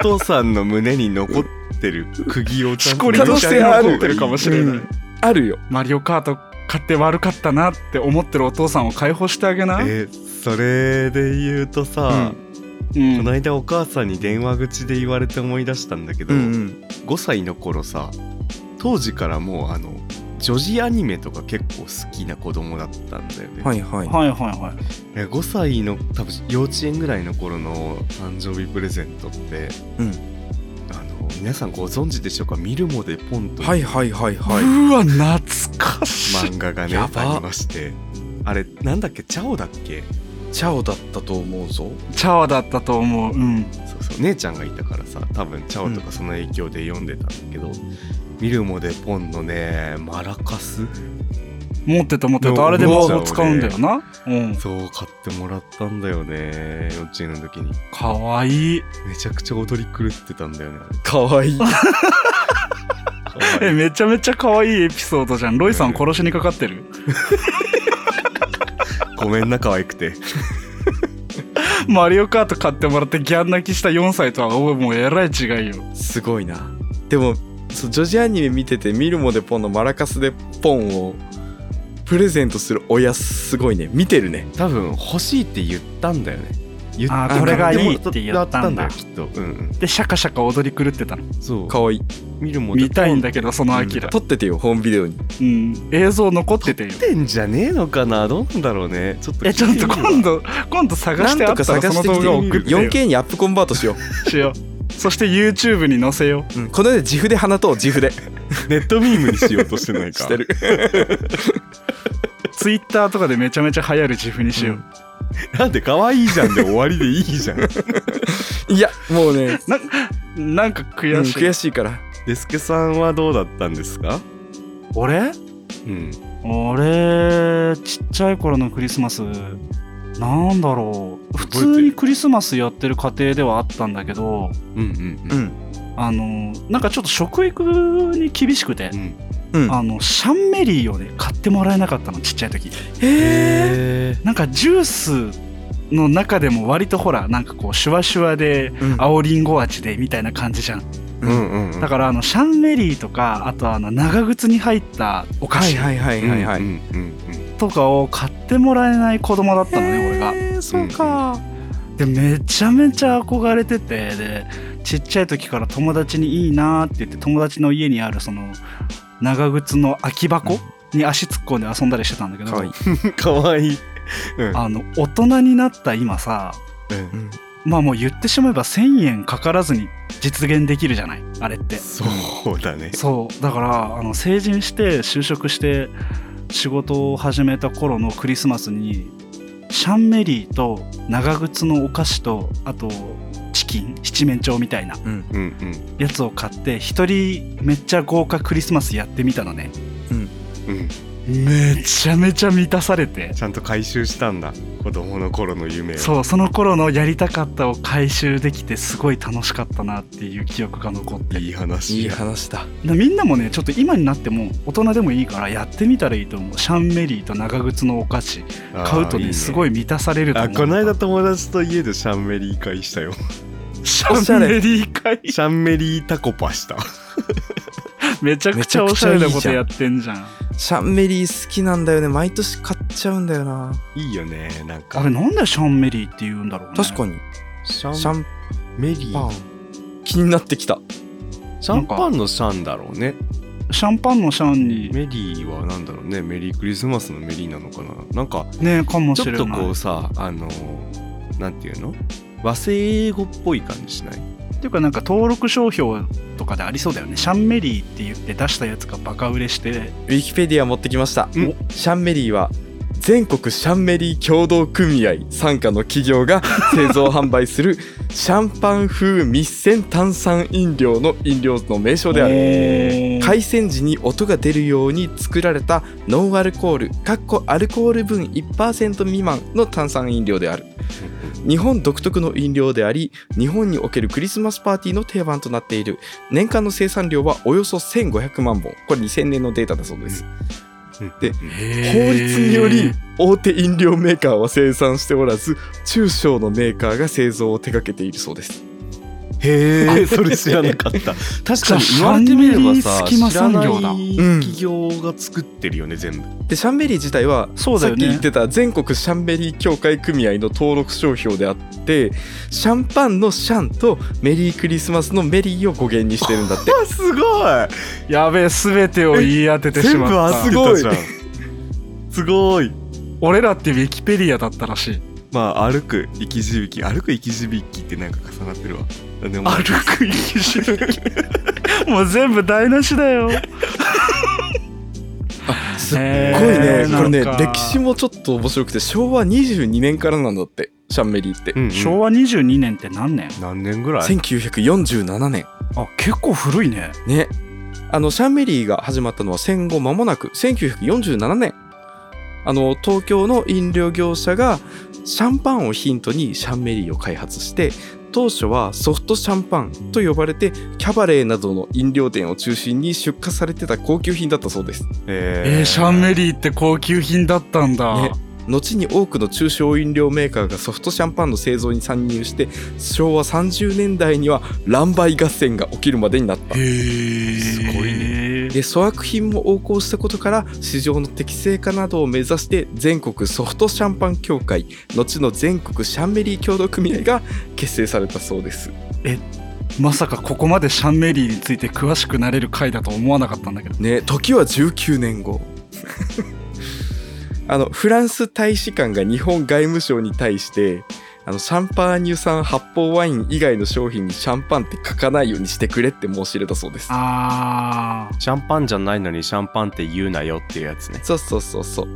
お父さんの胸に残ってる釘をちゃんと可能性ある残ってるかもしれない、うんあるよマリオカート買って悪かったなって思ってるお父さんを解放してあげな、えそれで言うとさ、うんこの間お母さんに電話口で言われて思い出したんだけど、うん5歳の頃さ当時からもうあの女児アニメとか結構好きな子供だったんだよね、はいはいはいはいはいえ5歳の多分幼稚園ぐらいの頃の誕生日プレゼントって、うんあの皆さんご存知でしょうか「見るもでポン」というはいはいはいはい。うわ懐かしい、漫画がね やあばりましてあれなんだっけチャオだっけチャオだったと思うぞ。チャワだったと思ううんそうそう姉ちゃんがいたからさ多分チャオとかその影響で読んでたんだけど、見るもでポンのねマラカス持ってた持ってでもたあれで魔法使うんだよなうんそう買ってもらったんだよね幼稚園の時にかわいいめちゃくちゃ踊り狂ってたんだよね かわいい。あれ可え愛いめちゃめちゃかわいいエピソードじゃんロイさん殺しにかかってるごめんな可愛くてマリオカート買ってもらってギャン泣きした4歳とはもうえらい違いよすごいな。でも、そう女子アニメ見てて、見るもでポンのマラカスでポンをプレゼントする親、すごいね。見てるね。多分欲しいって言ったんだよね言あーこれがいいって言ったんだ買ってもらったんだよきっとうんでシャカシャカ踊り狂ってたのうんそうかわいい。見るもで見たいんだけけどそのアキラ撮っててよ、ホームビデオに。うん映像残っててよどんじゃねえのかなどうなんだろうねちょっとえちょっと今度今度探なしんてあとったからその探し動てきて画送ってよ 4K にアップコンバートしよしようそして YouTube に載せよう。うん、この間、自負で放とう、自負で。ネットミームにしようと してないかしてる。う Twitter とかでめちゃめちゃ流行る自負にしよう、なんで可愛いじゃんで終わりでいいじゃんいや、もうね、なんかうん悔しい、悔しいから。 デスケさんはどうだったんですか俺うん俺ちっちゃい頃のクリスマスなんだろう普通にクリスマスやってる家庭ではあったんだけどうんうんううんん。あのなんかちょっと食育に厳しくて、うんうん。あのシャンメリーをね買ってもらえなかったのちっちゃい時へえ。へなんかジュースの中でも割とほらなんかこうシュワシュワでうん青りんご味でみたいな感じじゃん、ーうんうんうんだからあのシャンメリーとかあとあの長靴に入ったお菓はい子はいはいはいはい。うんうんうんとかを買ってもらえない子供だったのね俺がへーそうか。でめちゃめちゃ憧れててでちっちゃい時から友達にいいなーって言って友達の家にあるその長靴の空き箱に足突っ込んで遊んだりしてたんだけどかわいうい。ん可愛いうんあの大人になった今さうんまあもう言ってしまえば1,000円かからずに実現できるじゃないあれってそうだねそうだからあの成人して就職して仕事を始めた頃のクリスマスにシャンメリーと長靴のお菓子とあとチキン七面鳥みたいなうん。うんうんやつを買って一人めっちゃ豪華クリスマスやってみたのねうんめちゃめちゃ満たされてちゃんと回収したんだ子供の頃の夢をそうその頃のやりたかったを回収できてすごい楽しかったなっていう記憶が残っていい話いいや話だ。なみんなもねちょっと今になっても大人でもいいからやってみたらいいと思うシャンメリーと長靴のお菓子買うとねすごいい満たされるとあ思うこの間友達と家でシャンメリー会し たよシャンメリー会シャンメリータコパしためちゃくちゃおしゃれなことやってんじゃんシャンメリー好きなんだよね。毎年買っちゃうんだよな。いいよねなんあかれなんでシャンメリーって言うんだろうね確かに。シャシャンメリパーン。気になってきた。シャンパンのシャンだろうねシャンパンのシャンにメリーはなんだろうねメリークリスマスのメリーなのかななんかねかもしちれょっないとこうさあのーなんていうの和製英語っぽい感じしないっていうかなんか登録商標とかでありそうだよねシャンメリーって言って出したやつがバカ売れしてウィキペディア持ってきました。シんャンメリーは全国シャンメリー協同組合傘下の企業が製造販売するシャンパン風密栓炭酸飲料の飲料の名称であるえー開栓時に音が出るように作られたノンアルコールかっこアルコール分1%未満の炭酸飲料である日本独特の飲料であり日本におけるクリスマスパーティーの定番となっている年間の生産量はおよそ1500万本これ2000年のデータだそうですで法律により大手飲料メーカーは生産しておらず中小のメーカーが製造を手掛けているそうですへえ それ知らなかった確かにじゃあ言われてみればさシャンメリー隙間知ら産ない業だうん企業が作ってるよね全部でシャンベリー自体はそうださっよきね言ってた全国シャンベリー協会組合の登録商標であってシャンパンのシャンとメリークリスマスのメリーを語源にしてるん だってすごいやべえ全てを言い当ててしまった全部忘れてたじゃん すごい俺らってウィキペディアだったらしいまあ歩く生き字引き歩く生き字引きってなんか重なってるわでも歩く生き字引もう全部台無しだ よすっごえいね、ーこれねなんか歴史もちょっと面白くて昭和22年からなんだってシャンベリーって、うんうん昭和22年って何年何年ぐらい1947年あ結構古いねねあのシャンベリーが始まったのは戦後間もなく1947年あの東京の飲料業者がシャンパンをヒントにシャンメリーを開発して当初はソフトシャンパンと呼ばれてキャバレーなどの飲料店を中心に出荷されてた高級品だったそうですええー、シャンリメリーって高級品だったんだ、ね後に多くの中小飲料メーカーがソフトシャンパンの製造に参入して昭和30年代には乱売合戦が起きるまでになったへえすごいねで粗悪品も横行したことから市場の適正化などを目指して全国ソフトシャンパン協会後の全国シャンメリー協同組合が結成されたそうですまさかここまでシャンメリーについて詳しくなれる回だと思わなかったんだけどね時は19年後 あのフランス大使館が日本外務省に対してあのシャンパーニュ産発泡ワイン以外の商品にシャンパンって書かないようにしてくれって申し入れたそうですあーシャンパンじゃないのにシャンパンって言うなよっていうやつねそうそうそうそう。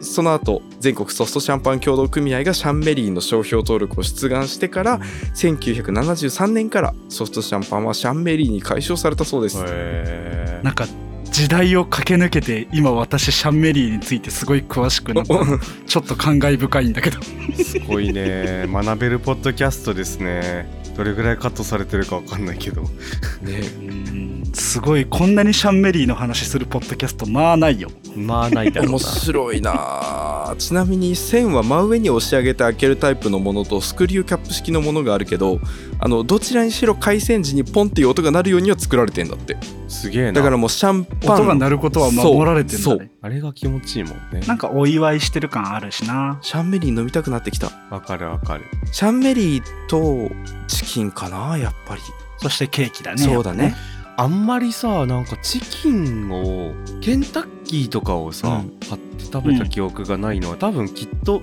その後全国ソフトシャンパン協同組合がシャンメリーの商標登録を出願してから1973年からソフトシャンパンはシャンメリーに解消されたそうです、へなんか時代を駆け抜けて今私シャンメリーについてすごい詳しくな ったおちょっと感慨深いんだけどえすごいね学べるポッドキャストですねどれぐらいカットされてるかわかんないけどねすごいこんなにシャンメリーの話するポッドキャストまあないよまあないだろうな 面白いなあちなみに線は真上に押し上げて開けるタイプのものとスクリューキャップ式のものがあるけどあのどちらにしろ回線時にポンっていう音が鳴るようには作られてんだってすげえなだからもうシャンパン音が鳴ることは守られてんだそうそねあれが気持ちいいもんねなんかお祝いしてる感あるしなシャンメリー飲みたくなってきたわかるわかるシャンメリーとチキンかなやっぱりそしてケーキだねそうだねやっぱあんまりさなんかチキンをケンタッキーとかをさ、うん買って食べた記憶がないのは、多分きっと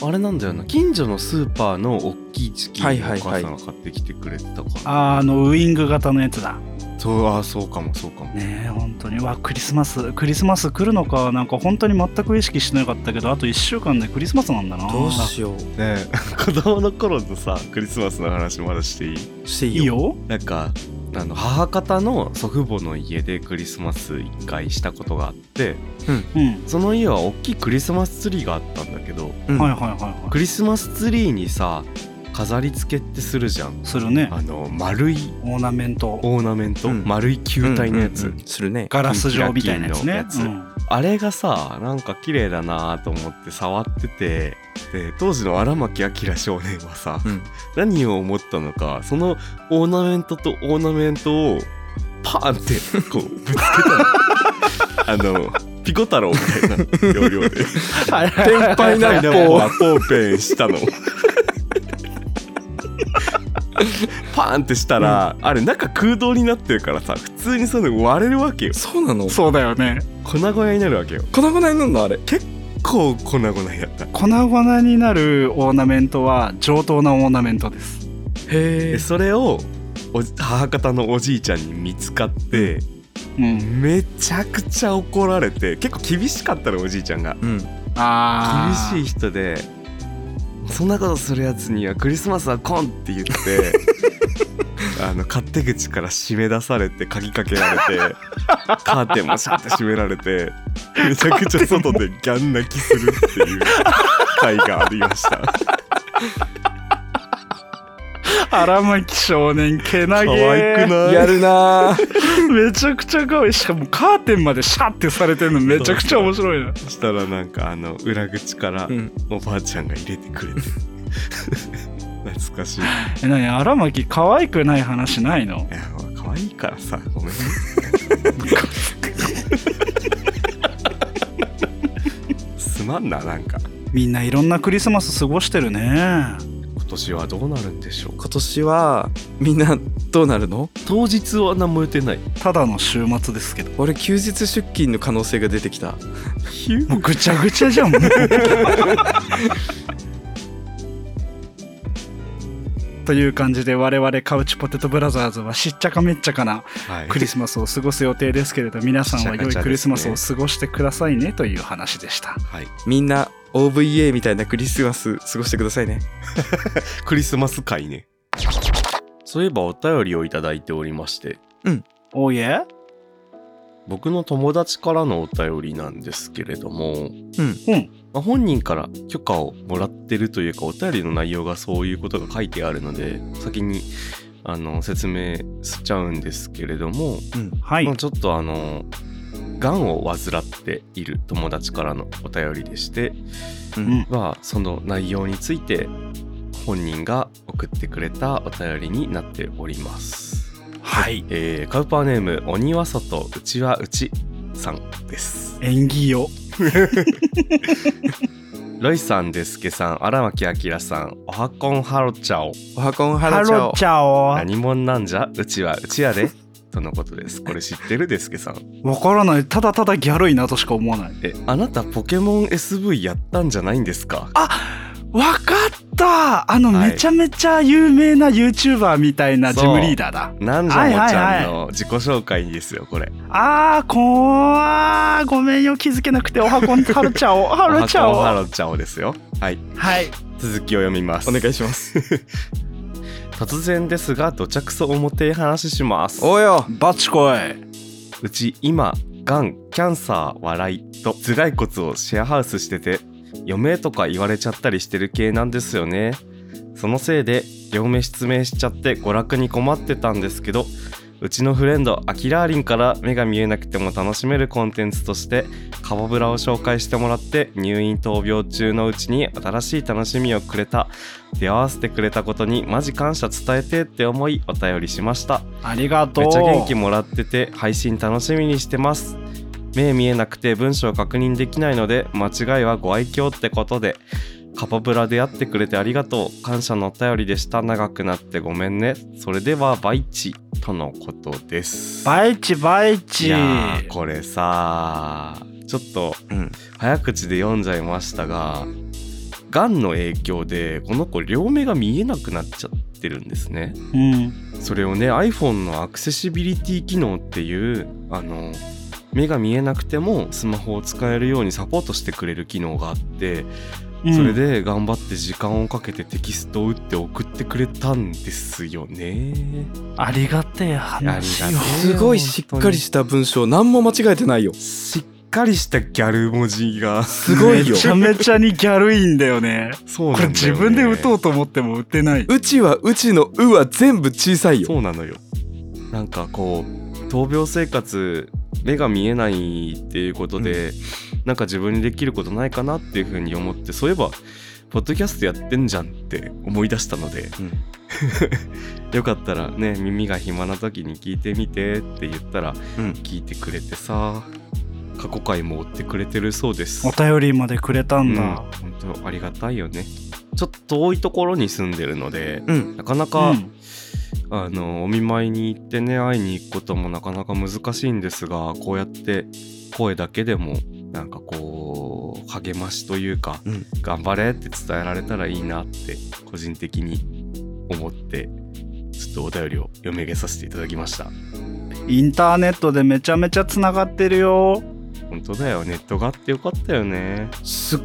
あれなんだよな近所のスーパーの大きいチキンをはおいはいはい母さんが買ってきてくれてたから、あのウイング型のやつだそうあそうかもそうかも、ねえ本当にわクリスマスクリスマス来るのかなんか本当に全く意識してなかったけどあと1週間でクリスマスなんだなどうしよねえ 子供の頃のさクリスマスの話まだしていいうしていいいよなんかあの母方の祖父母の家でクリスマス一回したことがあってうん、その家は大きいクリスマスツリーがあったんだけどうんはいはいはいはクリスマスツリーにさ飾り付けってするじゃいんするねあの丸いオーナメントオーナメント、うん丸い球体のやつ、うんうんうんするねガラス状みたいなやつねキンキラキンうんあれがさなんか綺麗だなと思って触っててで当時の荒牧明少年はさ、うん何を思ったのかそのオーナメントとオーナメントをパーンってこうぶつけた のあのピコ太郎みたいな要領で天敗なパイナップルはポーペンしたのパーンってしたら、あれ中空洞になってるからさ普通にそういうの割れるわけよそうなのそうだよね粉々になるわけよ粉々になるのあれこう粉々になった粉々になるオーナメントは上等なオーナメントですへでそれをおじ母方のおじいちゃんに見つかってうんめちゃくちゃ怒られて結構厳しかったのおじいちゃんがうんあー厳しい人でそんなことするやつにはクリスマスは来んって言ってあの勝手口から締め出されて鍵かけられてカーテンもシャッて閉められてめちゃくちゃ外でギャン泣きするっていう回がありました荒牧少年けなげ可愛くないやるなー めちゃくちゃ可愛いしかもカーテンまでシャッてされてるのめちゃくちゃ面白いなそしたらなんかあの裏口からうんおばあちゃんが入れてくれて 懐かしいいえ何荒牧可愛くない話ないのや可愛いからさごめんねすまんななんかみんないろんなクリスマス過ごしてるね今年はどうなるんでしょうか今年はみんなどうなるの当日は何も言ってないただの週末ですけど俺休日出勤の可能性が出てきたもうぐちゃぐちゃじゃんもう という感じで我々カウチポテトブラザーズはしっちゃかめっちゃかなはいクリスマスを過ごす予定ですけれど皆さんは良いクリスマスを過ごしてくださいねという話でしたはい、みんな OVA みたいなクリスマス過ごしてくださいねクリスマス会ねそういえばお便りをいただいておりましておいえ僕の友達からのお便りなんですけれども、うんうんまあ、本人から許可をもらってるというかお便りの内容がそういうことが書いてあるので先にあの説明しちゃうんですけれども、うんはいまあ、ちょっとあのがんを患っている友達からのお便りでして、うんまあ、その内容について本人が送ってくれたお便りになっております。はいえーカウパーネーム鬼は外うちはうちさんです縁起よロイさんデスケさん荒牧明さんおはこんハロチャオおはこんはハらちゃロおちゃおわ何もんなんじゃうちはうちやでとのことですこれ知ってるデスケさんからないただただギャルいなとしか思わないえあなたポケモン SV やったんじゃないんですかわかったあのはいめちゃめちゃ有名な YouTuber みたいなジムリーダーだなんじゃもちはいはゃいんの自己紹介ですよこれあーこわーごめんよ気づけなくておはこんハロちゃおハおはこロんちゃおハはロチャオですよはいい続きを読みますお願いします 突然ですがどちゃくそ重てえ話しますおうよバチコイうち今がんキャンサー笑いと頭蓋骨をシェアハウスしてて余命とか言われちゃったりしてる系なんですよねそのせいで両目失明しちゃって娯楽に困ってたんですけどうちのフレンドアキラーリンから目が見えなくても楽しめるコンテンツとしてカボブラを紹介してもらって入院闘病中のうちに新しい楽しみをくれた出会わせてくれたことにマジ感謝伝えてって思いお便りしましたありがとうめっちゃ元気もらってて配信楽しみにしてます目見えなくて文章確認できないので間違いはご愛嬌ってことでカポブラでやってくれてありがとう感謝のお便りでした長くなってごめんねそれではバイチとのことですバイチバイチいやーこれさちょっとうん早口で読んじゃいましたががんの影響でこの子両目が見えなくなっちゃってるんですねうんそれをね iPhone のアクセシビリティ機能っていうあの目が見えなくてもスマホを使えるようにサポートしてくれる機能があって、うんそれで頑張って時間をかけてテキストを打って送ってくれたんですよね。ありがてえ話ありよがてえすごいしっかりした文章何も間違えてないよしっかりしたギャル文字がすごいよめちゃめちゃにギャルいんだよねそうこなんだれよ、ね、自分で打とうと思っても打てないうちはうちのうは全部小さいよそうなのよなんかこう闘病生活目が見えないっていうことで、なんか自分にできることないかなっていうふうに思ってそういえばポッドキャストやってんじゃんって思い出したので、 よかったらね耳が暇な時に聞いてみてって言ったら、うん聞いてくれてさ過去回も追ってくれてるそうですお便りまでくれたんだ、うん本当ありがたいよねちょっと遠いところに住んでるのでうんなかなうか、んあのお見舞いに行ってね会いに行くこともなかなか難しいんですがこうやって声だけでもなんかこう励ましというか、うん頑張れって伝えられたらいいなって個人的に思ってちょっとお便りを読み上げさせていただきましたインターネットでめちゃめちゃつながってるよ本当だよネットがあってよかったよねすっ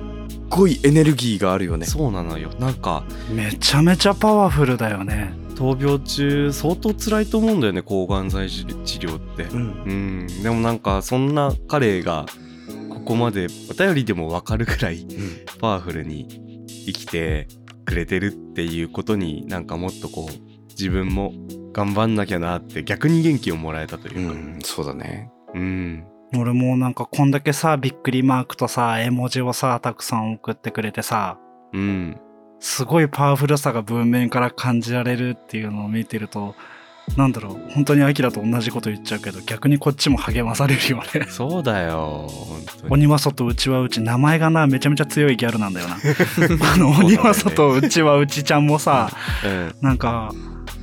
ごいエネルギーがあるよねそうなのよなんかめちゃめちゃパワフルだよね闘病中相当辛いと思うんだよね抗がん剤治療ってうんうんでもなんかそんな彼がここまでお便りでもわかるくらい パワフルに生きてくれてるっていうことになんかもっとこう自分も頑張んなきゃなって逆に元気をもらえたといううかんそうだねうん、俺もなんかこんだけさびっくりマークとさ絵文字をさたくさん送ってくれてさうん、すごいパワフルさが文面から感じられるっていうのを見てるとなんだろう本当にアキラと同じこと言っちゃうけど逆にこっちも励まされるよねそうだよ本当に鬼は外うちはうち名前がなめちゃめちゃ強いギャルなんだよ なあの鬼は外うちはうちちゃんも さうんなんか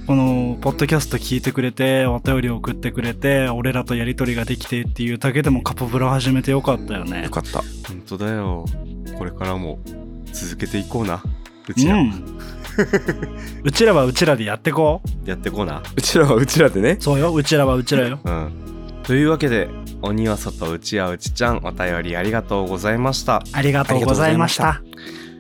このポッドキャスト聞いてくれてお便り送ってくれて俺らとやり取りができてっていうだけでもカポブラ始めてよかったよねよかった本当だよこれからも続けていこうなううちら、んうちらはうちらでやってこうやってこうなうちらはうちらでねそうようちらはうちらようんというわけで鬼は外うちはうちちゃんお便りありがとうございましたありがとうございましあ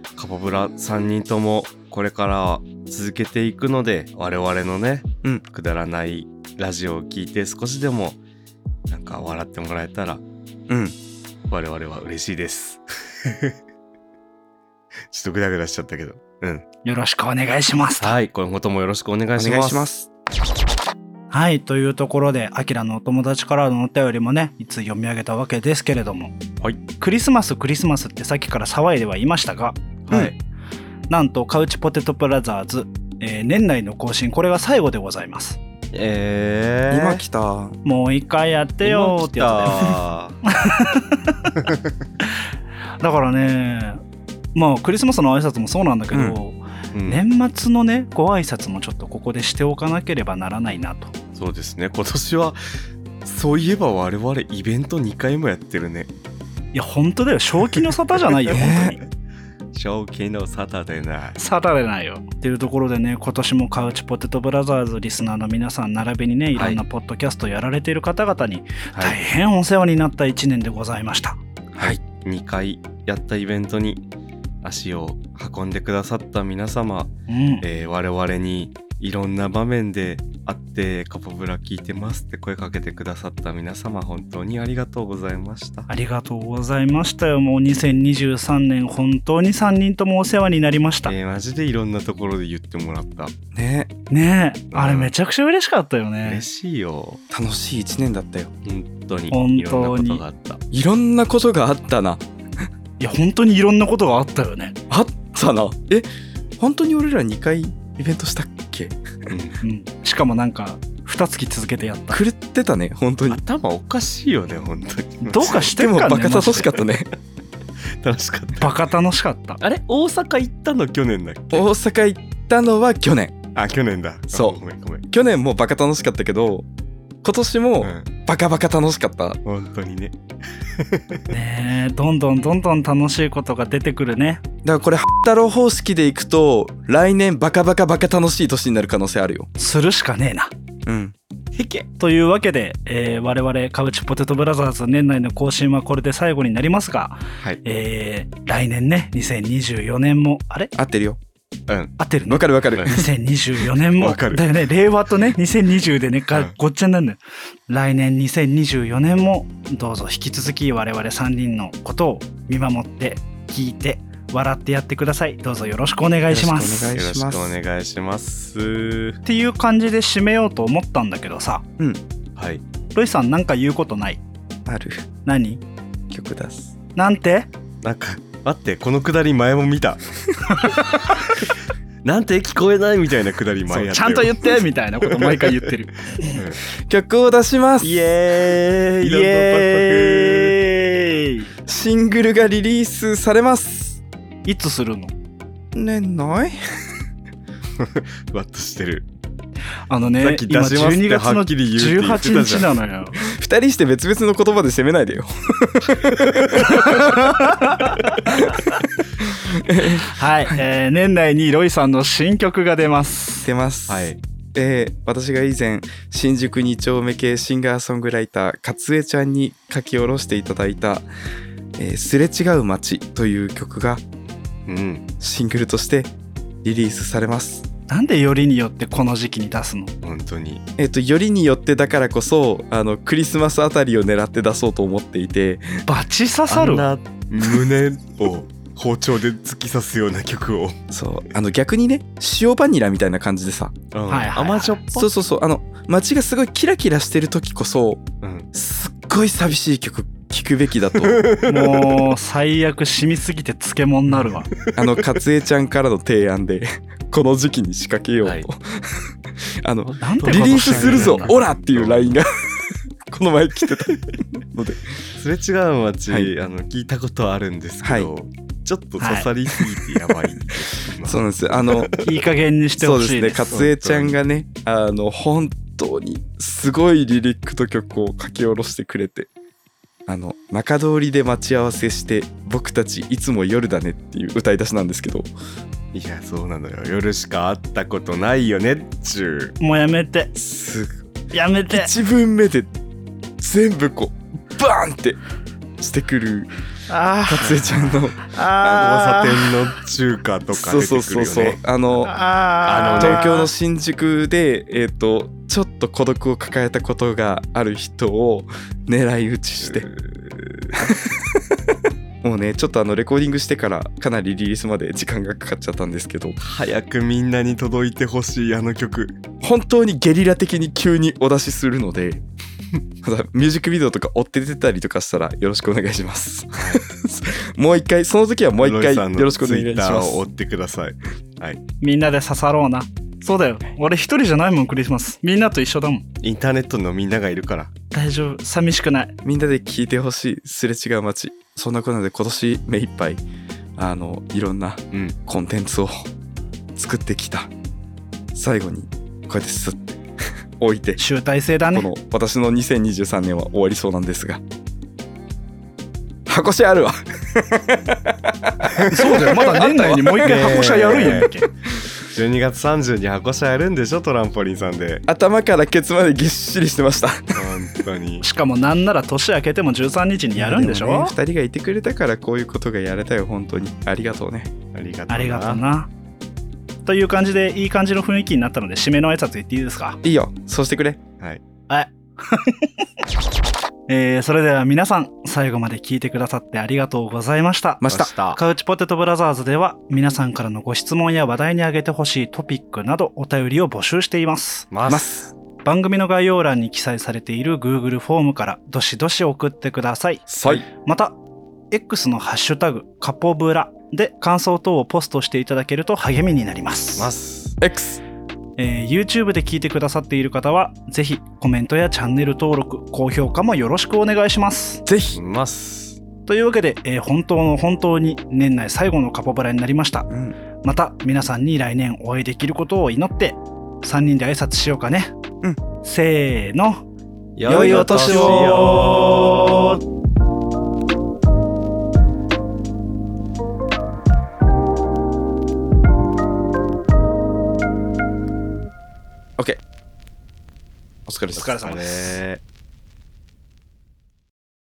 たカポブラ3人ともこれからは続けていくので我々のね、うんくだらないラジオを聞いて少しでもなんか笑ってもらえたらうん我々は嬉しいですちょっとグダグダしちゃったけどうんよろしくお願いしますはい今後ともよろしくお願いしますお願いしますはいというところであきらのお友達からのお便りもねいつ読み上げたわけですけれども、はいクリスマスクリスマスってさっきから騒いではいましたが、はいうんなんとカウチポテトブラザーズ、えー年内の更新これが最後でございますえー、今来たもう一回やってよーってやつだよ今来だからねまあクリスマスの挨拶もそうなんだけど、うたうん年末のねご挨拶もちょっとここでしておかなければならないなとそうですね今年はそういえば我々イベント2回もやってるねいや本当だよ正気の沙汰じゃない よ本当に正気のサタデーナイ沙汰でないよっていうところでね今年もカウチポテトブラザーズリスナーの皆さん並びにねいろんなポッドキャストやられている方々には大い、変お世話になった1年でございました、はい、2回やったイベントに足を運んでくださった皆様、うんえー我々にいろんな場面で会って「カポブラ聞いてます」って声かけてくださった皆様本当にありがとうございましたありがとうございましたよもう2023年本当に3人ともお世話になりましたえーマジでいろんなところで言ってもらった、ねねえうんあれめちゃくちゃ嬉しかったよね嬉しいよ楽しい1年だったよ本当に本当にいろんなことがあったいろんなことがあったないや本当にいろんなことがあったよねあったなえ本当に俺ら2回イベントしたっけうんしかもなんか2月続けてやった狂ってたね本当に頭おかしいよね本当にどうかしてでるもかバねカ楽しかマジでったね楽しかったバカ楽しかったあれ大阪行ったの去年だっけ大阪行ったのは去年あ去年だそうあごめんごめん去年もバカ楽しかったけど今年もうんバカバカ楽しかった、本当にねねえどんどんどんどん楽しいことが出てくるねだからこれ太郎方式でいくと来年バカバカバカ楽しい年になる可能性あるよするしかねえなうんへけというわけで、えー我々カウチポテトブラザーズ年内の更新はこれで最後になりますが、はいえー来年ね2024年もあれ合ってるようん合ってるわのかるわかる、うん2024年もわかるだよね令和とね2020でねがうんごっちゃになるのよ来年2024年もどうぞ引き続き我々3人のことを見守って聞いて笑ってやってくださいどうぞよろしくお願いしまよろしくお願いしますすよろしくお願いしますっていう感じで締めようと思ったんだけどさはいロイさんなんか言うことないある何曲出すなんてなんか待ってこのくだり前も 見たなんて聞こえないみたいなくだり前やったちゃんと言ってみたいなこと毎回言 ってる曲を出しますイエーイイエーイシングルがリリースされますいつするの年内ふわっとしてる、あのねさっき出今しますって12月はのっきり言うって言18ってたじ日ゃんなのよ 二人して別々の言葉で責めないでよはい、えー年内にロイさんの新曲が出ます出ますはいえー私が以前新宿2丁目系シンガーソングライターかつえちゃんに書き下ろしていただいた「えーすれ違う街」という曲がうんシングルとしてリリースされます。なんでよりによってこの時期に出すの本当にえっと、よりによってだからこそあのクリスマスあたりを狙って出そうと思っていてバチ刺さるあんな胸を包丁で突き刺すような曲を、そうあの逆にね塩バニラみたいな感じでさうんはいはいはい甘じょっぱそうそうそうあの街がすごいキラキラしてる時こそうんすっごい寂しい曲聴くべ きだともう最悪染みすぎて漬物にな るわあのかつえちゃんからの提案でこの時期に仕掛けようと、はい あのなんてことしてんリだリースするぞなんだオラっていうラインがこの前来てたのですれ違う街、はいあの聞いたことあるんですけど、ちょっと刺さりすぎてやばいです、今そうなんですあのいい加減にしてそうほでしすいねですかつえちゃんがねあの本当にすごいリリックと曲を書き下ろしてくれてあの中通りで待ち合わせして僕たちいつも夜だねっていう歌い出しなんですけどいやそうなのよ夜しか会ったことないよねっちゅもうやめてすやめ て1文目で全部こうバーンってしてくるあかつえちゃんのーうあ交差ー点の中華とかそう出てくるよねそうそうそうあのああーのね東京の新宿で、えー、とちょっと孤独を抱えたことがある人を狙い撃ちしてもうねちょっとあのレコーディングしてからかなりリリースまで時間がかかっちゃったんですけど早くみんなに届いてほしいあの曲本当にゲリラ的に急にお出しするので まだミュージックビデオとか追って出たりとかしたらよろしくお願いします。 もう一回その時はもう一回よろしくお願いしロイさんまのツイッターを追すっ。てくださいみんなで刺さろうなそうだよ俺一人じゃないもんクリスマスみんなと一緒だもんインターネットのみんながいるから大丈夫寂しくないみんなで聞いてほしいすれ違う街そんなこんなで今年目いっぱいあのいろんなうんコンテンツを 作ってきた最後にこうやって スッて置いて集大成だねこの私の2023年は終わりそうなんですが箱しあるわそうだよまだ年内にもう一回箱車やるんやんけ12月30に箱車やるんでしょトランポリンさんで頭からケツまでぎっしりしてました本当にしかもなんなら年明けても13日にやるんでしもねょ二人がいてくれたからこういうことがやれたよ本当にありがとうねありがとうなありがとうなという感じでいい感じの雰囲気になったので締めの挨拶言っていいですかいいよそうしてくれはいはい。えーそれでは皆さん、最後まで聞いてくださってありがとうございました。ましたカウチポテトブラザーズでは、皆さんからのご質問や話題に挙げてほしいトピックなどお便りを募集しています。まます番組の概要欄に記載されている Google フォームから、どしどし送ってください。はいまた、X のハッシュタグ、カポブラで感想等をポストしていただけると励みになります。ます X えー YouTube で聞いてくださっている方は、ぜひコメントやチャンネル登録、高評価もよろしくお願いします。ぜひ、ますというわけで、えー本当の本当に年内最後のカポブラになりました。うん、また皆さんに来年お会いできることを祈って、3人で挨拶しようかね。うん。せーの。良いお年をオッケーお疲れ様お疲れ様ですあれ